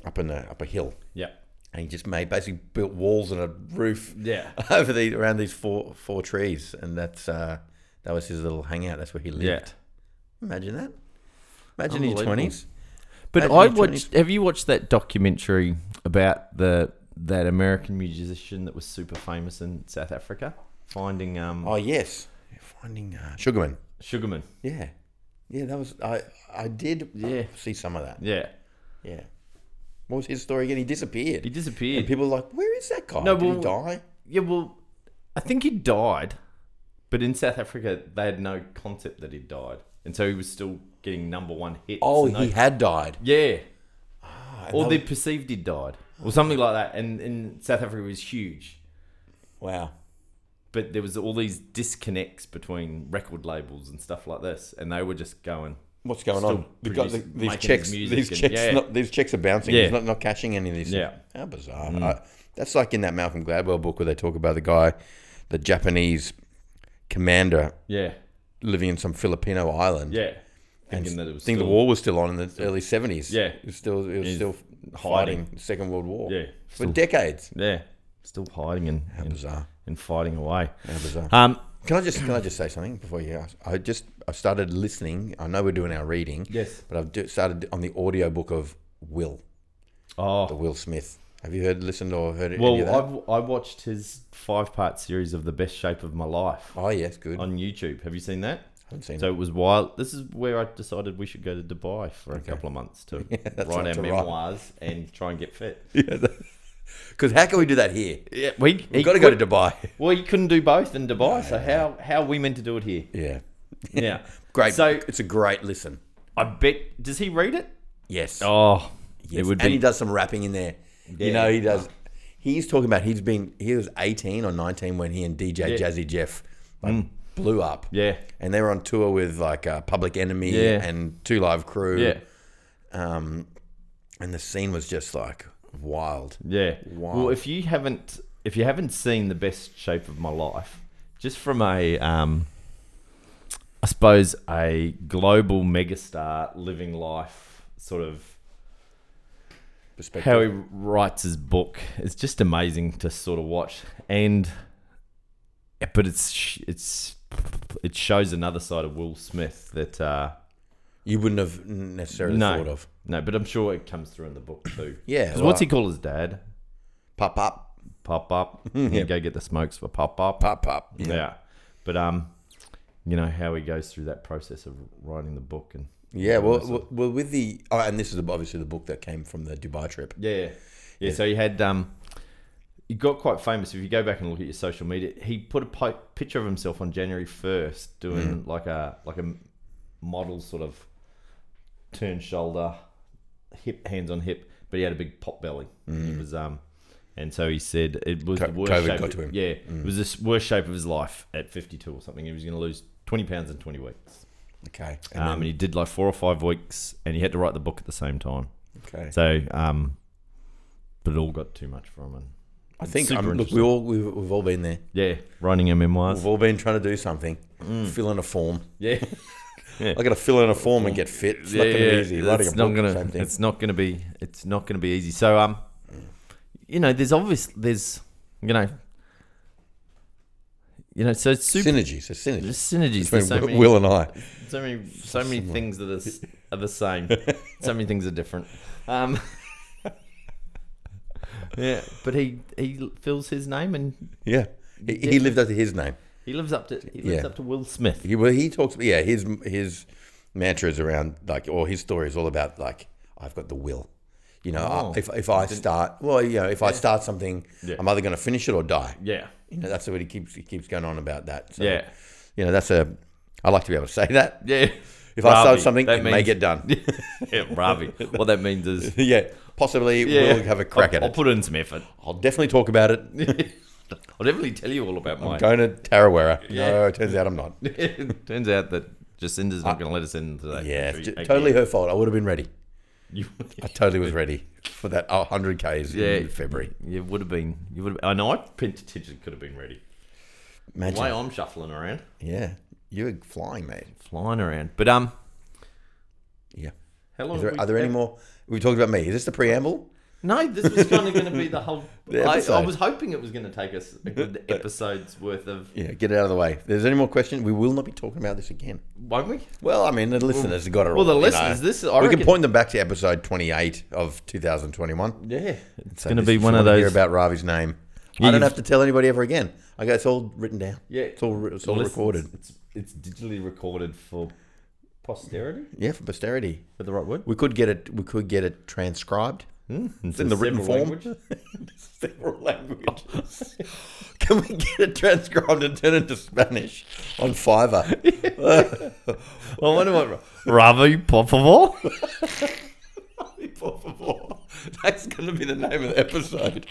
A: up in the up a hill,
B: yeah,
A: and he just made basically built walls and a roof
B: Yeah.
A: over the around these four four trees, and that's uh, that was his little hangout. That's where he lived.
B: Yeah.
A: Imagine that. Imagine your
B: Unbelievable.
A: twenties.
B: But
A: Imagine
B: I
A: your 20s.
B: watched. Have you watched that documentary about the that American musician that was super famous in South Africa, finding um,
A: Oh yes, finding uh, Sugarman.
B: Sugarman?
A: Yeah, yeah. That was I. I did. uh,
B: Yeah.
A: see some of that.
B: Yeah,
A: Yeah. What was his story again? He disappeared.
B: he disappeared.
A: and people were like, "Where is that guy?
B: No,
A: Did he
B: but-
A: die?"
B: yeah, well, I think he died, but in South Africa they had no concept that he died, and so he was still getting number one hits.
A: Oh,
B: and
A: he
B: they-
A: had died.
B: yeah.
A: Ah,
B: Or
A: that
B: they perceived he died, or something like that. And in South Africa, it was huge.
A: Wow.
B: but there was all these disconnects between record labels and stuff like this, and they were just going.
A: What's going
B: Still
A: on? The guy, the,
B: produce-
A: these
B: making
A: checks,
B: his music
A: these
B: and-
A: checks,
B: yeah.
A: not, these checks are bouncing.
B: Yeah.
A: He's not, not cashing any of these.
B: Yeah. Mm.
A: how bizarre. I- that's like in that Malcolm Gladwell book where they talk about the guy, the Japanese commander
B: Yeah,
A: living in some Filipino island.
B: yeah, thinking
A: and
B: that it was
A: think
B: still,
A: the war was still on in the early seventies.
B: Yeah.
A: it was still it was
B: He's
A: still
B: hiding.
A: fighting the Second World War.
B: Yeah,
A: for
B: still-
A: decades.
B: Yeah, still hiding and,
A: How
B: and,
A: bizarre.
B: and fighting away.
A: How bizarre.
B: Um,
A: Can I just can I just say something before you ask? I just I started listening. I know we're doing our reading.
B: Yes.
A: But I've do, started on the audiobook of Will, the
B: oh
A: Will Smith. Have you heard, listened, or heard any of that?
B: well, I I watched his five part series of the best shape of my life
A: Oh yes, good. I
B: on YouTube. Have you seen that?
A: haven't seen
B: So it was while this is where I decided we should go to Dubai for a couple of months to
A: that's
B: write
A: right,
B: our
A: to write.
B: memoirs and try and get fit.
A: it. Because how can we do that here?
B: Yeah, we
A: We've got to go to Dubai.
B: Well, you couldn't do both in Dubai, so how how are we meant to do it here?
A: Yeah,
B: Yeah,
A: great.
B: So
A: it's a great listen.
B: I bet does he read it?
A: Yes,
B: Oh,
A: yes.
B: it would
A: and
B: be.
A: he does some rapping in there. You know, he does. He's talking about he's been he was eighteen or nineteen when he and DJ
B: Yeah. Mm.
A: Jazzy Jeff like, blew up.
B: yeah,
A: and they were on tour with like uh, Public Enemy
B: Yeah.
A: and Two Live Crew.
B: yeah,
A: um, and the scene was just like wild.
B: yeah.
A: Wow.
B: Well, if you haven't if you haven't seen the best shape of my life, just from a um, I suppose a global megastar living life sort of
A: Perspective.
B: how he writes his book is just amazing to sort of watch and but it's sh- it's it shows another side of Will Smith that uh
A: you wouldn't have necessarily
B: No.
A: thought of.
B: no but I'm sure it comes through in the book too
A: Yeah,
B: 'Cause what's he call his dad
A: Pop, pop,
B: pop up yeah. go get the smokes for pop up
A: pop, pop.
B: yeah. but um you know how he goes through that process of writing the book and
A: Yeah, well, well, well, with the oh, and this is obviously the book that came from the Dubai trip.
B: Yeah, yeah, yeah. So he had um, he got quite famous. If you go back and look at your social media, he put a pi- picture of himself on January first doing
A: Mm.
B: like a like a model sort of turn shoulder, hip hands on hip, but he had a big pop belly. He was um, and so he said it was
A: Mm. Co-
B: the worst
A: COVID
B: shape.
A: got to him. Mm.
B: Yeah, it was the worst shape of his life at fifty two or something. He was going to lose twenty pounds in twenty weeks.
A: Okay, and
B: Um, and he did like four or five weeks, and he had to write the book at the same time.
A: then- okay.
B: So, um, but it all got too much for him. And
A: I think
B: super
A: um, look, we
B: interesting.
A: all we've, we've all been there.
B: yeah, writing our memoirs.
A: We've all been trying to do something,
B: Mm.
A: fill in a form.
B: Yeah,
A: I got to fill in a form and get fit. It's
B: yeah,
A: not going to
B: yeah.
A: be easy. Writing
B: It's
A: a
B: not
A: book,
B: gonna.
A: same thing.
B: It's not gonna be. It's not gonna be easy. So, um, you know, there's obvious. There's, you know, you know. So it's super.
A: synergy. So synergy
B: there's synergies.
A: between
B: There's so many,
A: Will and I.
B: so many, so many things that are, s- are the same. so many things are different. Um. Yeah, but he he fills his name and
A: Yeah, he, he
B: Yeah.
A: lived up to his name.
B: he lives up to he lives
A: Yeah.
B: up to Will Smith.
A: He, well, he talks. Yeah, his his mantras around like, or his story is all about like, I've got the will. You know,
B: Oh.
A: I, if if I start, well, you know, if I start something,
B: Yeah.
A: I'm either going to finish it or die.
B: Yeah.
A: You know, that's what he keeps he keeps going on about that. So,
B: Yeah.
A: you know, that's a. I like to be able to say that.
B: Yeah.
A: If I start something, it may get done.
B: yeah, Ravi. What that means is
A: yeah, possibly
B: yeah,
A: we'll have a crack
B: I'll,
A: at
B: I'll
A: it.
B: put in some effort.
A: I'll definitely talk about it.
B: I'll definitely tell you all about mine.
A: Going to Tarawera.
B: Yeah.
A: No, it turns out I'm not.
B: it turns out that Jacinda's not going to let us in today.
A: Ah. Yeah, it's ju- totally her fault. I would have been ready.
B: You,
A: I totally was ready for that 100 Ks
B: Yeah.
A: in February.
B: you would have been. You would. Have, I know. I pinned attention. Could have been ready. The
A: Imagine.
B: way I'm shuffling around,
A: Yeah. You were flying, mate.
B: flying around. But um,
A: Yeah.
B: how long?
A: Is
B: have
A: there,
B: we-
A: are there any more? We talked about me. Is this the preamble?
B: No, this was kind of going to be the whole.
A: The
B: I, I
A: episode.
B: was hoping it was going to take us a good episode's worth of.
A: Yeah, get it out of the way. If there's any more question, we will not be talking about this again.
B: Won't we?
A: Well, I mean, the listeners have got it
B: Well, the
A: all, you
B: listeners,
A: know.
B: this is. I
A: we
B: reckon,
A: can point them back to episode 28 of 2021.
B: Yeah, it's
A: So
B: going to
A: this-
B: be
A: if you
B: one of
A: wanna Hear
B: those.
A: about Ravi's name.
B: Yeah,
A: I don't
B: you've-
A: have to tell anybody ever again. I go. It's all written down.
B: Yeah.
A: it's all it's all
B: Listeners,
A: recorded.
B: It's it's digitally recorded for posterity. Is
A: Yeah, for posterity.
B: that the right word?
A: We could get it. We could get it transcribed.
B: Hmm, It's
A: in the written form. Several languages. Can we get it transcribed and turn into Spanish on Fiverr?
B: I wonder what Ravi Popovo.
A: Por favor. That's going to be the name of the episode.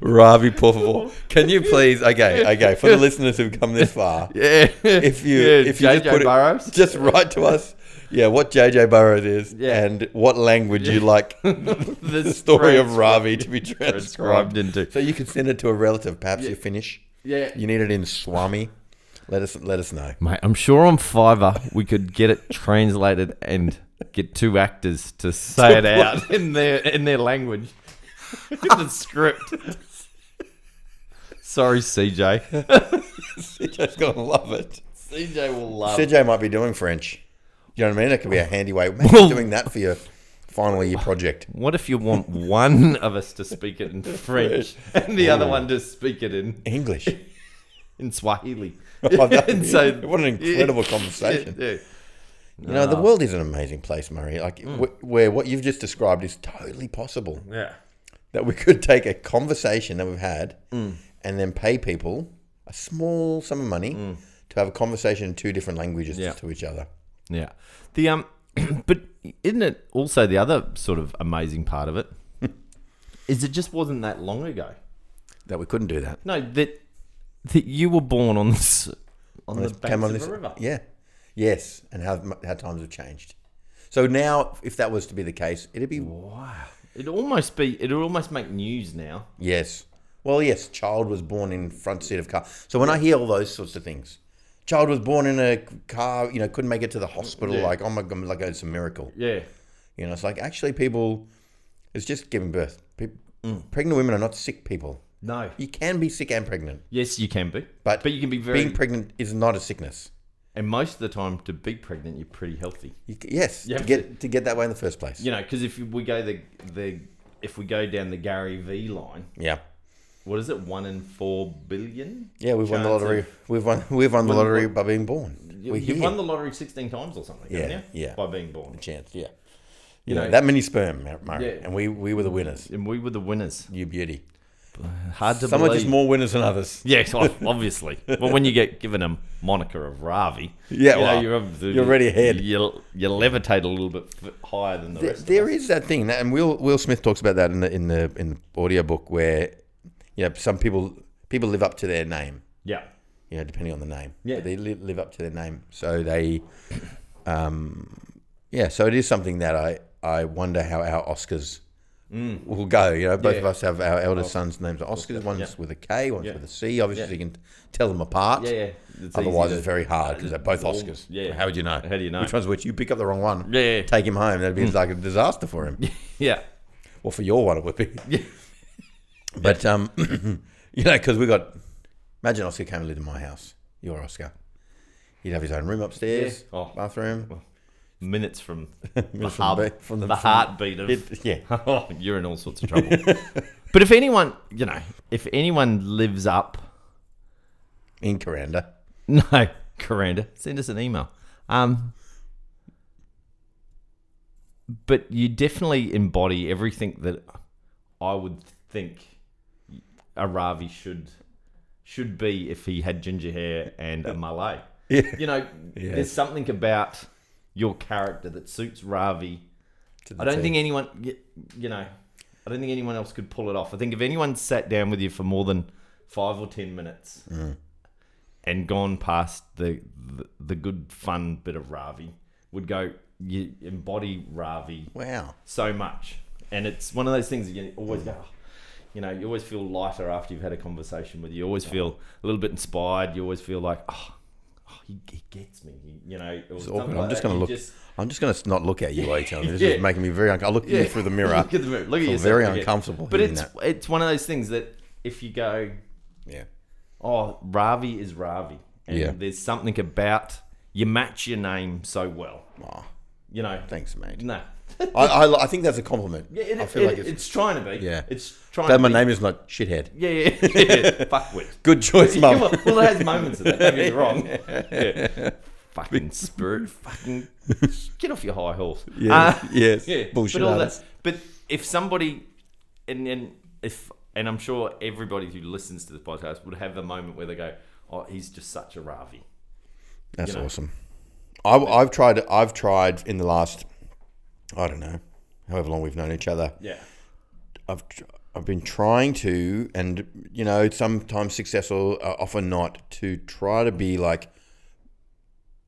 A: Ravi, por favor. Can you please? Okay, okay. For the listeners who've come this far,
B: Yeah.
A: if you
B: Yeah,
A: if you
B: JJ
A: just put
B: Burrows.
A: it, just write to us. Yeah, what JJ Burrows is,
B: Yeah.
A: and what language you like
B: the
A: the story of Ravi to be transcribed.
B: transcribed into.
A: So you can send it to a relative. Perhaps you're Finnish.
B: Yeah.
A: You need it in Swami. Let us let us know.
B: Mate, I'm sure on Fiverr we could get it translated and get two actors to say it out in their in their language. the script. Sorry, CJ.
A: CJ's gonna love it.
B: CJ will love.
A: CJ might be doing French. You know what I mean? It could be a handy way. Maybe
B: Well-
A: doing that for your final year project.
B: What if you want one of us to speak it in French and the other one to speak it in
A: English.
B: in Swahili?
A: Oh, that-
B: And so-
A: what an incredible conversation.
B: Yeah, yeah.
A: You know, the world is an amazing place, Murray. Like wh- where what you've just described is totally possible.
B: Yeah.
A: That we could take a conversation that we've had and then pay people a small sum of money to have a conversation in two different languages
B: Yeah.
A: to each other.
B: Yeah. The um but isn't it also the other sort of amazing part of it is it just wasn't that long ago.
A: That we couldn't do that.
B: No, that that you were born on this on the
A: Let's
B: banks of a river.
A: Yeah. Yes. And how, mu- how times have changed. So now, if that was to be the case, it'd be.
B: Wow. It'd almost be it'd almost make news now.
A: Yes. Well, yes, child was born in front seat of car. So when I hear all those sorts of things, child was born in a car, you know, couldn't make it to the hospital.
B: Yeah.
A: Like, oh my God, like it's a miracle.
B: Yeah.
A: You know, it's like actually people, it's just giving birth. Pe-
B: Mm.
A: Pregnant women are not sick people.
B: No.
A: You can be sick and pregnant,
B: Yes, you can be.
A: but,
B: But you can be very
A: being pregnant is not a sickness.
B: and most of the time to be pregnant you're pretty healthy.
A: You, c- yes,
B: You
A: to
B: have
A: get to get that way in the first place.
B: You know, cuz if we go the the if we go down the Gary V line,
A: Yeah.
B: what is it? 1 in 4 billion?
A: Yeah, we've won the
B: Chance of-
A: lottery. we've won. We've won the
B: Won-
A: lottery by being born.
B: You,
A: we
B: you've
A: here.
B: won the lottery 16 times or something,
A: Yeah,
B: haven't you?
A: yeah.
B: By being born.
A: chance. Yeah, you
B: know-
A: know that many sperm, Murray,
B: Yeah.
A: and we we were the winners.
B: And we were the winners.
A: You beauty.
B: Hard to
A: Some are
B: believe.
A: just more winners than others.
B: Yes, ob- obviously. but when you get given a moniker of Ravi,
A: Yeah,
B: you
A: well,
B: you're, obviously-
A: you're already ahead.
B: You, you levitate a little bit f- higher than the
A: There,
B: rest.
A: there is that thing, that- and Will Will Smith talks about that in the in the in the audio book where, you know, some people people live up to their name.
B: Yeah,
A: You know, depending on the name.
B: Yeah.
A: But they li- live up to their name, so they, um, yeah. So it is something that I I wonder how our Oscars. Will go, you know. Both
B: Mm. Yeah. Oh.
A: of us have our eldest sons' names are Oscars. One's
B: yeah.
A: with a K, one's
B: Yeah.
A: with a C. Obviously,
B: Yeah.
A: you can tell them apart.
B: yeah, yeah. It's
A: Otherwise,
B: easy
A: it's very hard because they're both
B: all-
A: Oscars.
B: yeah.
A: How would you know?
B: How do you know?
A: Which one's which? You pick up the wrong one.
B: Yeah, Hmm. yeah.
A: Take him home. That'd be like a disaster for him.
B: to, yeah.
A: Well, for your one, it would be. But um, you know, because we got. Imagine Oscar came and lived in my house. Your Oscar. He'd have his own room upstairs,
B: Yeah. Oh.
A: bathroom,
B: Minutes from the
A: from
B: hub,
A: the-
B: from the, heartbeat of
A: it, yeah,
B: Oh, you're in all sorts of trouble. but if anyone, you know, if anyone lives up,
A: in Coranda.
B: no, Coranda, send us an email. Um, but you definitely embody everything that I would think a Ravi should should be if he had ginger hair and a Malay.
A: Yeah.
B: You know, there's something about your character that suits Ravi.
A: to the
B: I don't
A: T.
B: think anyone, y- you know, I don't think anyone else could pull it off. I think if anyone sat down with you for more than five or ten minutes
A: Mm.
B: and gone past the, the the good fun bit of Ravi, would go you embody Ravi
A: Wow.
B: so much, and it's one of those things that you always go. "Oh," You know, you always feel lighter after you've had a conversation with you. You always feel a little bit inspired. You always feel like, oh, oh, he, he gets me. He, you know, it was
A: It's awkward.
B: done
A: I'm
B: like
A: just
B: that.
A: going to
B: You
A: look.
B: just-
A: I'm just going to not look at you while you tell me. This
B: Yeah.
A: is making me very. uncomfortable. I look at you through the mirror.
B: look at the mirror. Look at
A: Feel
B: yourself.
A: very
B: again.
A: uncomfortable
B: But
A: hearing
B: it's it's one of those things that if you go,
A: yeah.
B: oh, Ravi is Ravi, and
A: Yeah.
B: there's something about you match your name so well.
A: Aw,
B: You know,
A: thanks, mate.
B: no,
A: I, I, I think that's a compliment.
B: yeah, it,
A: I feel
B: it-
A: like
B: it's,
A: it's,
B: trying to be.
A: Yeah.
B: it's trying.
A: glad
B: to
A: my
B: be.
A: name is not shithead.
B: Yeah, yeah, yeah. Fuckwit.
A: Good choice, mum.
B: well, well, it has moments of that. Don't get me wrong. Yeah. Fucking spirit. Fucking get off your high horse. Uh,
A: yes.
B: yeah,
A: Bullshit.
B: But, all
A: artist.
B: that, but if somebody, and and if and I'm sure everybody who listens to this podcast would have the moment where they go, "Oh, he's just such a Ravi."
A: That's
B: you know.
A: awesome. I, I've tried. I've tried in the last, I don't know, however long we've known each other.
B: Yeah,
A: I've tr- I've been trying to, and you know, sometimes successful, uh, often not, to try to be like,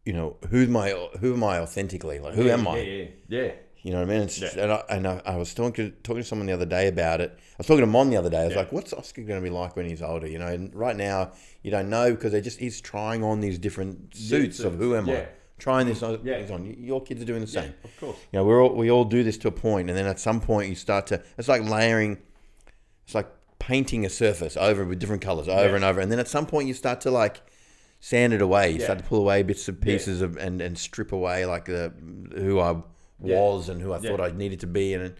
A: you know, who am I? Who am I authentically? Like, who am I?
B: Yeah, yeah, yeah.
A: You know what I mean? It's,
B: Yeah.
A: And, I, and I, I was talking to, talking to someone the other day about it. I was talking to Mom the other day. I was like, "What's Oscar going to be like when he's older?" You know, and right now you don't know because they just he's trying on these different suits of
B: suits.
A: who am
B: Yeah.
A: I? Trying this on,
B: Yeah.
A: things on. Y- Your kids are doing the same.
B: Of course.
A: You know, we're all, we all do this to a point, and then at some point you start to. It's like layering. It's like painting a surface over with different colors over
B: Yeah.
A: and over, and then at some point you start to like sand it away. You
B: Yeah.
A: start to pull away bits and pieces of and and strip away like the who I was and who I thought I needed to be, and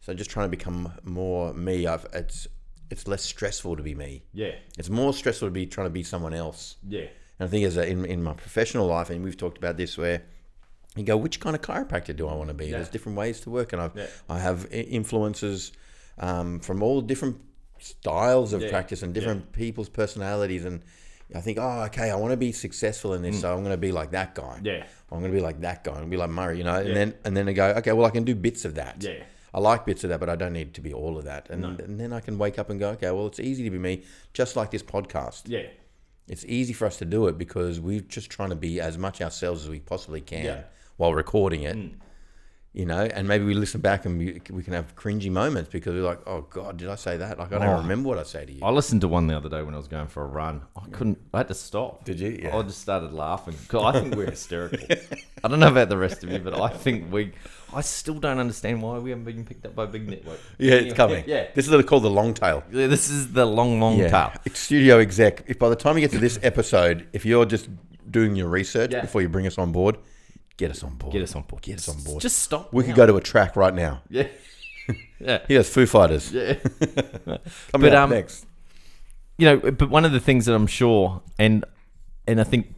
A: so just trying to become more me. I've it's it's less stressful to be me.
B: Yeah,
A: It's more stressful to be trying to be someone else.
B: yeah,
A: And I think as a, in in my professional life, and we've talked about this, where you go, which kind of chiropractor do I want to be? There's different ways to work, and I've,
B: Yeah.
A: I have i- influences um, from all different styles of
B: Yeah.
A: practice and different people's personalities, and I think, oh, okay, I want to be successful in this, so I'm going to be like that guy.
B: Mm. Yeah.
A: I'm going to be like that guy. I'm going to be like Murray, you know. And then and then I go, okay, well, I can do bits of that.
B: Yeah.
A: I like bits of that, but I don't need to be all of that. And, and then I can wake up and go, okay, well, it's easy to be me, just like this podcast
B: yeah,
A: it's easy for us to do it because we're just trying to be as much ourselves as we possibly can
B: Yeah.
A: while recording it. You know, and maybe we listen back and we, we can have cringy moments because we're like, oh God, did I say that? Like, I don't
B: Oh.
A: remember what I say to you.
B: I listened to one the other day when I was going for a run. I couldn't. I had to stop.
A: Did you? Yeah.
B: I just started laughing. 'Cause I think we're hysterical. I don't know about the rest of you, but I think we. I still don't understand why we haven't been picked up by a big network.
A: Yeah, it's coming.
B: Yeah.
A: This is called the long tail.
B: Yeah, This is the long, long tail.
A: It's studio exec. If by the time you get to this episode, if you're just doing your research
B: Yeah.
A: before you bring us on board, get us on board.
B: Get us on board.
A: Get us on board.
B: Just stop.
A: we
B: now.
A: could go to a track right now.
B: Yeah. yeah.
A: Here's Foo Fighters.
B: Yeah.
A: Coming
B: But,
A: up
B: um,
A: next.
B: you know, but one of the things that I'm sure, and and I think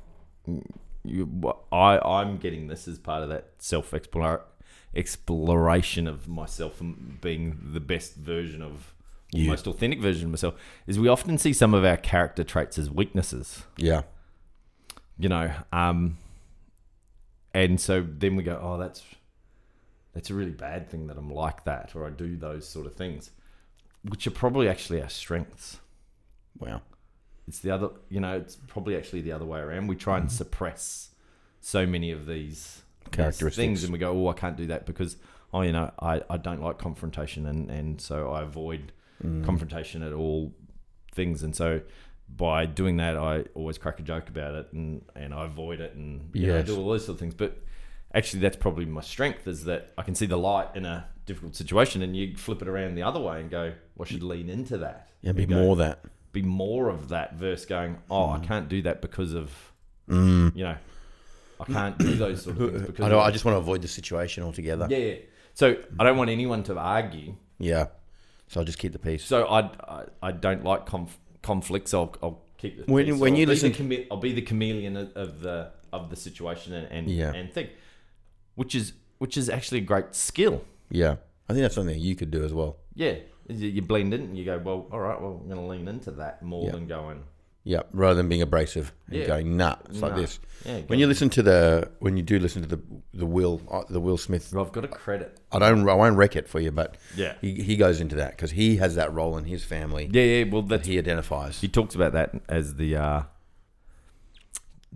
B: you, what I I'm getting this as part of that self exploration of myself and being the best version of or
A: Yeah.
B: most authentic version of myself is we often see some of our character traits as weaknesses
A: Yeah.
B: you know um and so then we go oh that's that's a really bad thing that i'm like that or i do those sort of things which are probably actually our strengths
A: Wow.
B: it's the other you know it's probably actually the other way around we try
A: Mm-hmm.
B: and suppress so many of these these
A: Characteristics.
B: things and we go oh i can't do that because oh you know i, I don't like confrontation and and so i avoid
A: Mm.
B: confrontation at all things and so by doing that i always crack a joke about it and and i avoid it and you know, I
A: Yes.
B: do all those sort of things but actually that's probably my strength is that i can see the light in a difficult situation and you flip it around the other way and go well, i should lean into that
A: Yeah, be
B: You go,
A: more that.
B: be more of that versus going, oh,
A: Hmm.
B: I can't do that because of, you know, I can't do those sort of things because
A: I know.
B: of-
A: I just want to avoid the situation altogether.
B: yeah, yeah. So I don't want anyone to argue.
A: Yeah. So I'll just keep the peace.
B: So I, I, I don't like conf- conflicts. I'll, I'll keep the
A: When-
B: peace.
A: when
B: I'll
A: you
B: be
A: listen-
B: the chame- I'll be the chameleon of, of the of the situation and and,
A: Yeah.
B: and thing, which is which is actually a great skill.
A: Yeah. I think that's something you could do as well.
B: Yeah, you you blend in and you go, well, all right, well, I'm going to lean into that more
A: Yeah.
B: than going.
A: Yeah. Rather than being abrasive and
B: Yeah.
A: going, nah, it's
B: Nah.
A: like this.
B: Yeah,
A: When you listen to the, when you do listen to the the Will, uh, the Will Smith,
B: I've got a credit.
A: I don't, I won't wreck it for you, but
B: Yeah.
A: he, he goes into that because he has that role in his family.
B: Yeah, yeah. Well, that's
A: He identifies.
B: He talks about that as the uh,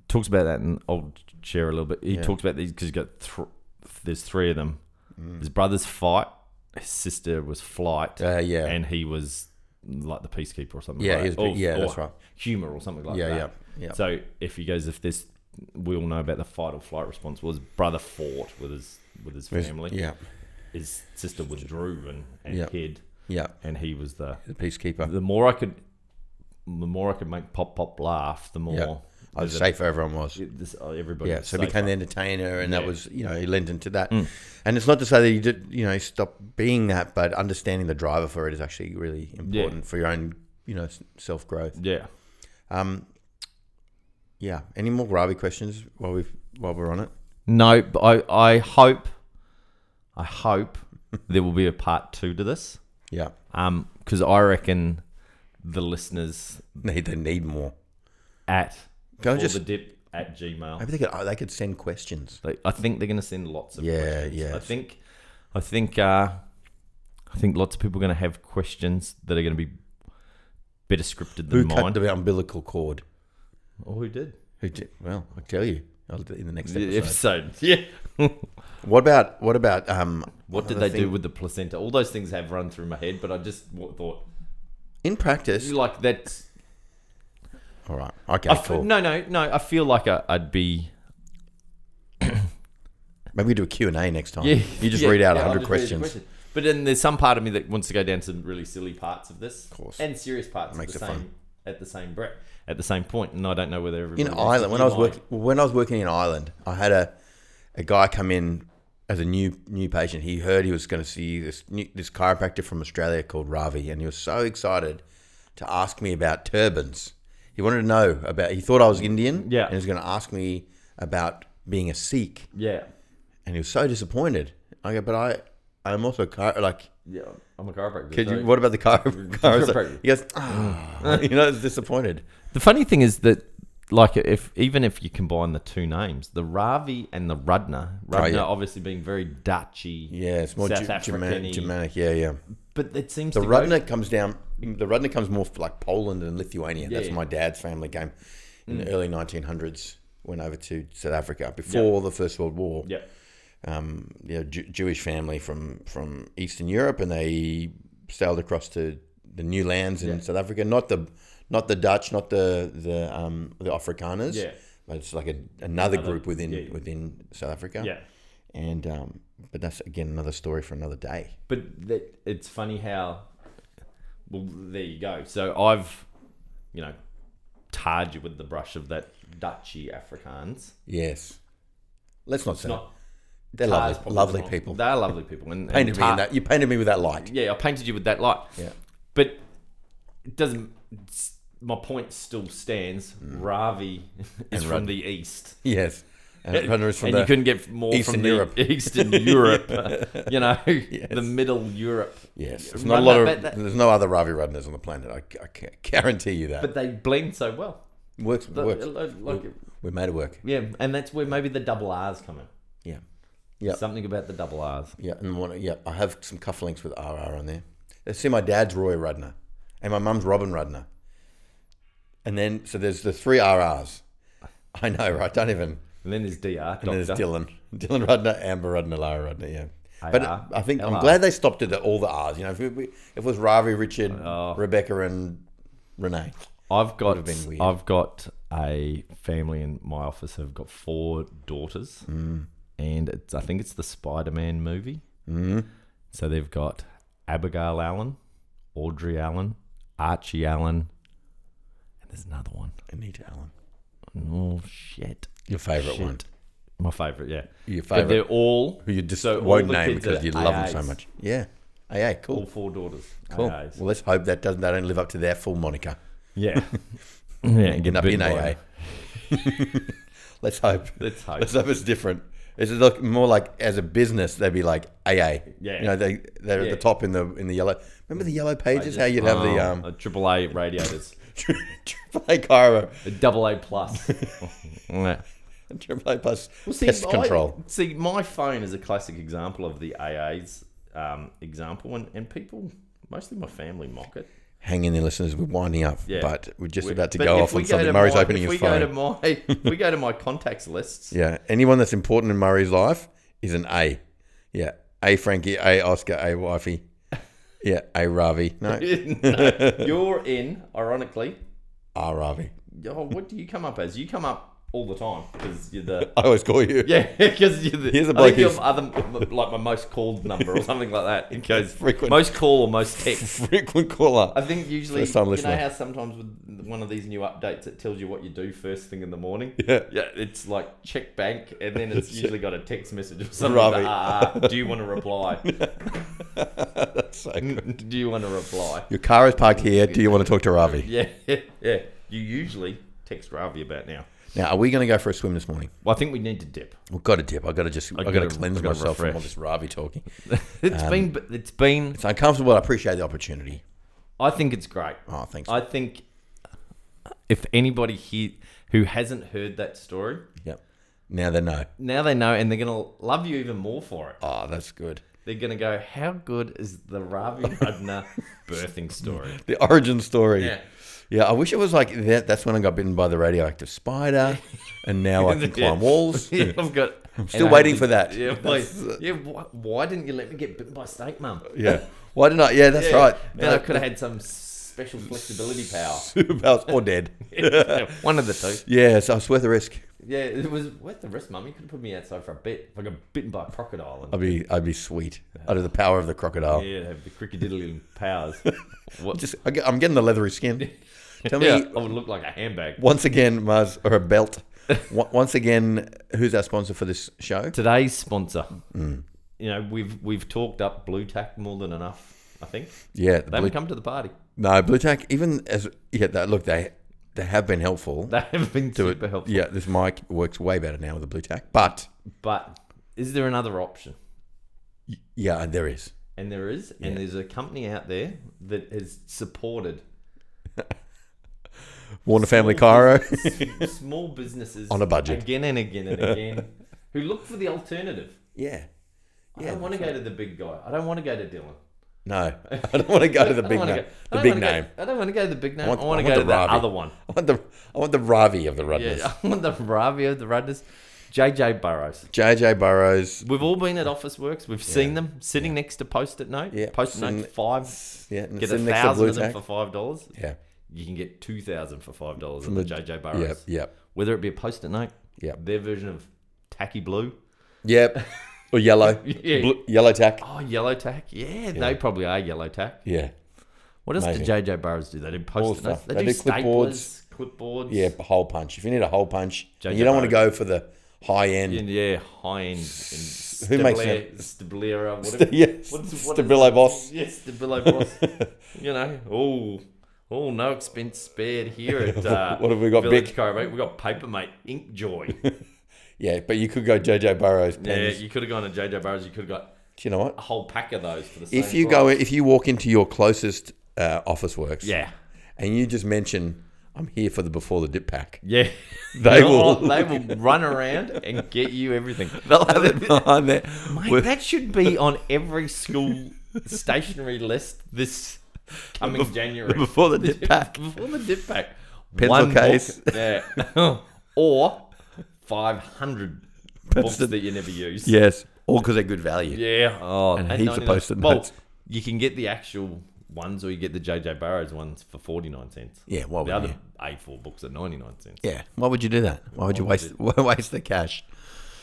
B: talks about that, and I'll share a little bit. He
A: Yeah.
B: talks about these because you got th- there's three of them. His brother's fight, his sister was flight,
A: Uh, Mm. yeah.
B: and he was like the peacekeeper or something.
A: Yeah,
B: like
A: he was
B: that.
A: pe- yeah, that's right.
B: Humor or something like
A: yeah,
B: that.
A: yeah. Yeah.
B: So if he goes, if there's we all know about the fight or flight response was brother fought with his with his family.
A: Yeah,
B: His sister withdrew and, and
A: Yeah.
B: hid,
A: yeah.
B: and he was the
A: The peacekeeper.
B: the more I could, the more I could make pop pop laugh, the more
A: Yeah. I was
B: the-
A: safe everyone was.
B: it- this, uh, everybody.
A: Yeah,
B: was
A: so he
B: safe.
A: became the entertainer, and that
B: Yeah. Mm.
A: was you know he lent into that. And it's not to say that you did you know stop being that, but understanding the driver for it is actually really important for your own you know self growth.
B: yeah.
A: Um, yeah. Any more Ravi questions while we while we're on it?
B: No, but I I hope, I hope there will be a part two to this.
A: Yeah,
B: Um, because I reckon the listeners
A: need they need more.
B: at
A: Go
B: for
A: just
B: the dip at Gmail.
A: maybe they could oh, they could send questions.
B: They, I think they're going to send lots of
A: Yeah,
B: questions.
A: yeah.
B: I think, I think, uh, I think lots of people are going to have questions that are going to be better scripted than
A: Who
B: mine.
A: cut the umbilical cord?
B: oh, who did
A: Who did? Well, I'll tell you. I'll do it in the next
B: the
A: episode.
B: episode? Yeah.
A: What about what about um?
B: What did
A: another
B: they do
A: thing?
B: with the placenta? All those things have run through my head, but I just w- thought
A: in practice?
B: like that's
A: All right. Okay.
B: I f-
A: cool.
B: no, no, no. I feel like I, I'd be
A: Maybe we do a Q and A next time.
B: yeah.
A: You just
B: yeah,
A: read out
B: yeah, I'll
A: hundred
B: just read the
A: questions.
B: question. But then there's some part of me that wants to go down to really silly parts of this, of
A: course.
B: and serious parts
A: Makes
B: at the
A: it
B: same
A: fun.
B: at the same breath, at the same point, and I don't know whether everybody
A: In
B: goes to
A: Ireland, when I was
B: Eli.
A: working when I was working in Ireland, I had a a guy come in as a new new patient. He heard he was going to see this new, this chiropractor from Australia called Ravi, and he was so excited to ask me about turbans. He wanted to know about. He thought I was Indian,
B: Yeah.
A: and he was going to ask me about being a Sikh,
B: yeah,
A: and he was so disappointed. I go, but I I'm also chiro- like.
B: yeah, I'm a chiropractor.
A: Could
B: so-
A: you, what about the car?
B: Chiropractor.
A: He goes, "Ah," you know, it's disappointed.
B: The funny thing is that, like, if even if you combine the two names, the Ravi and the Rudna, Rudna
A: Oh, yeah.
B: obviously being very Dutchy,
A: Yeah, it's more
B: South
A: Ju- German-
B: African-y.
A: Germanic. Yeah, yeah.
B: but it seems
A: The
B: to
A: Rudna comes down. The Rudna comes more f- like Poland and Lithuania. That's
B: Yeah. Mm.
A: my dad's family game. In the early 1900s, went over to South Africa before the First World War.
B: Go, yeah,
A: Um, you know, Ju- Jewish family from from Eastern Europe, and they sailed across to the new lands in
B: Yeah.
A: South Africa. Not the not the Dutch, not the the um, the Afrikaners.
B: Yeah.
A: But it's like a, another
B: Another-
A: group within
B: yeah, yeah.
A: within South Africa.
B: yeah.
A: And um, but that's again another story for another day.
B: But that, it's funny how. Well, there you go. So I've, you know, tarred you with the brush of that Dutchy Afrikaans.
A: Yes. Let's not
B: It's
A: say
B: not
A: They're
B: tar's
A: lovely,
B: probably
A: lovely
B: the wrong-
A: people.
B: They are lovely people. And, and
A: painted me in
B: tar-
A: that. You painted me with that light.
B: Yeah, I painted you with that light.
A: Yeah.
B: But it doesn't. it's- My point still stands.
A: Mm.
B: Ravi is from the east.
A: Yes. And, Hunter's from
B: and
A: the-
B: you couldn't get more
A: Eastern
B: from the
A: Europe.
B: Eastern Europe, you know, the Middle Europe.
A: yes. There's
B: Run
A: not a lot
B: that-
A: of.
B: but that-
A: there's no other Ravi Rudners on the planet. I, I can't guarantee you that.
B: But they blend so well.
A: works.
B: Like-
A: works.
B: like-
A: We're made to work.
B: yeah, and that's where maybe the double R's come in.
A: Yeah. Yeah.
B: Something about the double R's.
A: Yeah. And one, yeah, I have some cufflinks with RR on there. Let's see, my dad's Roy Rudner, and my mum's Robin Rudner. And then so there's the three RRs. I know, right? Don't even.
B: And then there's DR,
A: And there's
B: Doctor.
A: Dylan, Dylan Rudner, Amber Rudner, Lara Rudner. Yeah, but
B: AR,
A: I think I'm
B: LR.
A: glad they stopped it at all the R's. You know, if it, if it was Ravi, Richard,
B: Oh.
A: Rebecca, and Renee,
B: I've got
A: been weird.
B: I've got a family in my office who've got four daughters,
A: Mm.
B: and it's, I think it's the Spider-Man movie.
A: Mm.
B: So they've got Abigail Allen, Audrey Allen, Archie Allen, and there's another one.
A: Anita Allen,
B: Oh shit!
A: your favorite
B: Shit.
A: one,
B: My favorite, yeah.
A: your
B: But they're
A: favorite,
B: all
A: who you just
B: so all
A: won't
B: the
A: name
B: kids
A: because
B: are
A: you love them so
B: AAs.
A: much. Yeah, AA,
B: all
A: cool,
B: four daughters.
A: cool.
B: AAs.
A: Well, let's hope that doesn't they don't live up to their full moniker.
B: Yeah, yeah.
A: End
B: Get
A: up
B: bitten
A: in
B: by
A: AA.
B: them.
A: let's hope.
B: Let's hope.
A: Let's hope it's different. It's like more like as a business, they'd be like AA.
B: Yeah.
A: you know they they're at
B: Yeah.
A: the top in the in the yellow. Remember the yellow pages? How you'd have the
B: Oh,
A: um
B: a triple A radiators,
A: triple A Cairo,
B: a double A plus. Yeah.
A: triple A plus
B: Well, see,
A: pest
B: I-
A: control.
B: see, my phone is a classic example of the AA's um, example, and, and people, mostly my family, mock it.
A: Hang in there, listeners. We're winding up,
B: Yeah.
A: but we're just
B: We-
A: about to
B: but
A: go
B: if
A: off
B: we
A: on something.
B: to
A: Murray's
B: my-
A: opening
B: if
A: his
B: we
A: phone.
B: Go to my, if we go to my contacts lists.
A: yeah, anyone that's important in Murray's life is an A. Yeah, A Frankie, A Oscar, A Wifey. Yeah, A Ravi. No,
B: No, you're in, ironically.
A: R Ravi.
B: Oh, what do you come up as? You come up all the time because you're the
A: I always call you.
B: yeah because you're the
A: Here's a
B: I think
A: bloke
B: you're
A: who's-
B: other, like my most called number or something like that. It goes
A: Frequent.
B: most call or most text.
A: Frequent caller.
B: I think usually
A: First time
B: you know
A: listener.
B: how sometimes with one of these new updates it tells you what you do first thing in the morning.
A: Yeah.
B: yeah it's like check bank, and then it's usually got a text message or something.
A: Robbie.
B: Like, ah, do you want to reply?
A: That's so good.
B: do you want to reply?
A: Your car is parked here. Do you want to talk to Ravi?
B: Yeah, yeah. You usually text Ravi about now.
A: Now, are we going to go for a swim this morning?
B: Well, I think we need to dip.
A: We've got to dip. I've got to just. I've got to
B: gotta-
A: cleanse
B: gotta
A: myself from all
B: refresh.
A: this Ravi talking. Um,
B: It's been, it's been.
A: It's uncomfortable. I appreciate the opportunity.
B: I think it's great.
A: Oh, thanks.
B: I think if anybody here who hasn't heard that story,
A: yep. Now they know.
B: now they know, and they're gonna love you even more for it.
A: Oh, that's good.
B: They're gonna go, "How good is the Ravi Rudna birthing story?"
A: The origin story.
B: Yeah.
A: Yeah, I wish it was like that. That's when I got bitten by the radioactive spider, and now I can
B: Yeah.
A: climb walls.
B: Yeah, I've got. I'm
A: still waiting for that.
B: Yeah, wait.
A: That's-
B: yeah. Why, why didn't you let me get bitten by a snake, Mum?
A: Yeah. Why didn't I? Yeah, that's
B: Yeah,
A: right. Uh,
B: Then I could have had some special flexibility power.
A: Superpowers or dead.
B: One of the two.
A: yeah, so it's worth the risk.
B: Yeah, it was worth the risk, Mum. You could have put me outside for a bit. If I got bitten by a crocodile. And,
A: I'd be, I'd be sweet. Out of the power of the crocodile.
B: yeah, have the crocodilian powers. Oh. What?
A: Just, I get, I'm getting the leathery skin. Tell me,
B: yeah, I would look like a handbag.
A: once again, Mars or a belt. Wa- once again, who's our sponsor for this show?
B: Today's sponsor.
A: Mm.
B: You know, we've we've talked up Blue Tack more than enough. I think
A: Yeah, the
B: they
A: Blue,
B: haven't come to the party.
A: no Blue Tack. Even as yeah, that, look, they they have been helpful.
B: They have been super helpful.
A: Yeah, this mic works way better now with the Blue Tack. But
B: But is there another option?
A: yeah, there is.
B: And there is, and there's a company out there that has supported
A: Warner Family Cairo.
B: s- small businesses
A: On a budget.
B: again and again and again, who look for the alternative.
A: yeah.
B: I don't want to go to the big guy. I don't want to go to Dylan.
A: No, I don't want to go to the
B: I don't
A: big
B: wanna
A: name.
B: go- I
A: The
B: don't
A: big
B: wanna go-
A: name.
B: I don't want to go to the big name. I
A: want-
B: want,
A: I
B: to
A: want
B: go
A: the
B: to that
A: Ravi.
B: other one.
A: I want the I want the Ravi of the Rudders.
B: Yeah, I want the Ravi of the Rudders. JJ Burrows.
A: JJ Burrows.
B: We've all been at Office Works. We've seen them sitting next to Post-it note.
A: Yeah,
B: Post-it
A: sitting-
B: note five.
A: Yeah, and
B: Get a
A: sitting next to
B: thousand
A: Blue
B: of them
A: Tack.
B: for five dollars.
A: Yeah,
B: You can get two thousand for five dollars on
A: the-
B: the JJ Burrows.
A: yep, yep,
B: Whether it be a Post-it note,
A: Yep.
B: their version of tacky blue.
A: yep. Or yellow,
B: Yeah.
A: Blue, yellow tack.
B: Oh, yellow tack. Yeah, they probably are yellow tack.
A: Yeah,
B: What else
A: Maybe.
B: did JJ Burrows do? They did Post-it notes.
A: stuff.
B: They,
A: They
B: do,
A: do clipboards.
B: staplers, clipboards.
A: yeah. Hole punch. If you need a hole punch, and
B: JJ
A: you don't want to go for the high
B: And
A: end.
B: yeah, high end. And
A: Who makes
B: Stabler- Stablera, whatever.
A: Yeah,
B: What's- what is-
A: Stabilo boss.
B: Yes, the below boss. you know, oh, oh, no expense spared here at uh,
A: What have we got,
B: Village
A: Bic?
B: Co, mate? We got paper, mate. Ink joy.
A: Yeah, but you could go JJ Burrows
B: yeah,
A: pens.
B: you could have gone to JJ Burrows. You could have got
A: Do you know what?
B: a whole pack of those for the same.
A: If you
B: price.
A: go, if you walk into your closest uh, office works,
B: yeah,
A: and you just mention, "I'm here for the before the dip pack,"
B: yeah,
A: They
B: They'll-
A: will-
B: they will run around and get you everything.
A: they'll have it behind there.
B: Mate,
A: with-
B: that should be on every school stationery list this coming January.
A: before the dip pack.
B: Before the dip pack.
A: Pencil
B: book,
A: case.
B: yeah. or 500 books that you never use.
A: Yes, all because they're good value.
B: Yeah. Oh, and
A: heaps of
B: 99
A: Post-it
B: Well,
A: notes.
B: you can get the actual ones or you get the JJ Burrows ones for 49 cents.
A: Yeah, why
B: The
A: would
B: other
A: you?
B: A4 books are 99 cents.
A: Yeah. Why would you do that? Why would you waste waste the cash?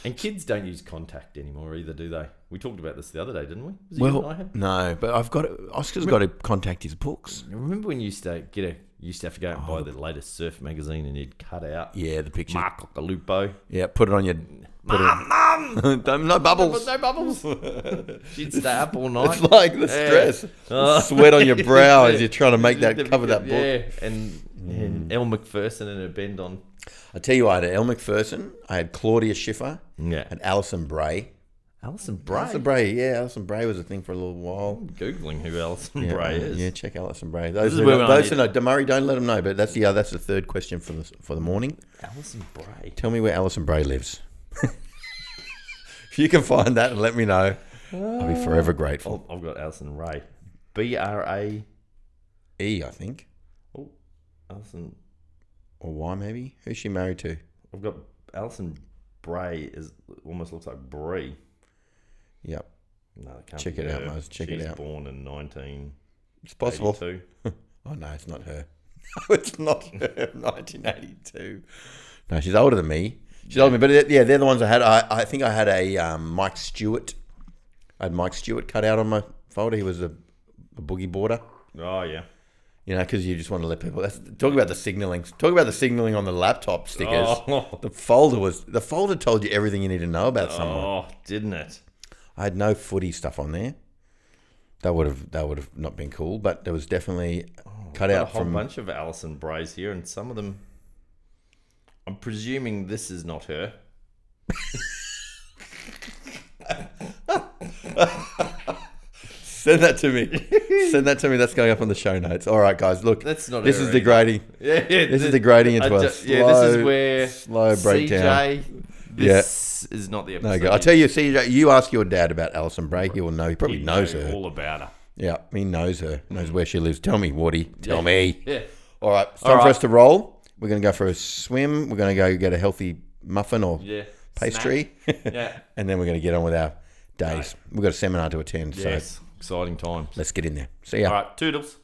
B: And kids don't use contact anymore either, do they? We talked about this the other day, didn't we? Was it you and I had?
A: Well, no, but I've got to, Oscar's got to contact his books.
B: Remember when you used to get a you used to have to go out and buy the latest surf magazine and you'd cut out
A: Oh. Yeah, the pictures.
B: Mark Lupo.
A: Yeah, put it on your. Put it, mum, no bubbles.
B: no bubbles. She'd stay up all night.
A: It's like the stress, the sweat on your brow as you're trying to make that cover that book. Mm.
B: Yeah, and, and Elle McPherson and her bend on.
A: I tell you, what, I had Elle McPherson, I had Claudia Schiffer,
B: Yeah,
A: I had Alison Bray.
B: Alison Bray.
A: Alison Bray, yeah, Alison Bray was a thing for a little while.
B: I'm Googling who Alison
A: Yeah,
B: Bray
A: uh,
B: is.
A: Yeah, check Alison Bray. Those
B: is
A: who
B: where
A: know,
B: I
A: those who
B: need-
A: know, Damari, don't let them know. But that's the uh, that's the third question for the for the morning.
B: Alison Bray.
A: Tell me where Alison Bray lives. if you can find that and let me know, I'll be forever grateful.
B: Oh, I've got Alison Ray. B R A.
A: E, I think,
B: Oh, Alison.
A: or Y maybe. Who's she married to?
B: I've got Alison Bray is almost looks like Bray.
A: Yep,
B: No, it can't
A: Check
B: be
A: it out,
B: her.
A: Maz, check it
B: She's
A: out.
B: born in 1982.
A: it's possible. Oh no, it's not her. No, it's not her. Nineteen eighty-two. No, she's older than me. She's older than me, but yeah, they're the ones I had. I, I think I had a um, Mike Stewart. I had Mike Stewart cut out on my folder. He was a, a boogie boarder.
B: Oh yeah.
A: You know, because you just want to let people. That's, talk about the signaling. Talk about the signaling on the laptop stickers.
B: Oh.
A: The folder was the folder told you everything you need to know about someone.
B: Oh, didn't it?
A: I had no footy stuff on there. That would have that would have not been cool, but there was definitely cut
B: Got Oh, a
A: out
B: whole
A: from.
B: bunch of Alison Brays here, and some of them. I'm presuming this is not her.
A: Send that to me. Send that to me. That's going up on the show notes. All right, guys. Look,
B: That's not
A: This
B: her
A: is
B: either.
A: degrading.
B: Yeah, yeah
A: This is degrading into
B: I
A: a
B: ju-
A: slow,
B: yeah, this is where
A: slow breakdown.
B: CJ, this is not the
A: No,
B: episode.
A: go. I tell you, CJ, you ask your dad about Alison Bray. He will know. He probably
B: You
A: knows
B: know
A: her.
B: all about her.
A: Yeah, he knows her. Knows where she lives. Tell me, Woody. Tell me.
B: Yeah.
A: All right, it's time for
B: right.
A: us to roll. We're going to go for a swim. We're going to go get a healthy muffin or
B: Yeah.
A: pastry,
B: Snack. Yeah.
A: and then we're going to get on with our days. We've got a seminar to attend, so
B: Yes. Exciting times.
A: let's get in there. See ya.
B: All right, toodles.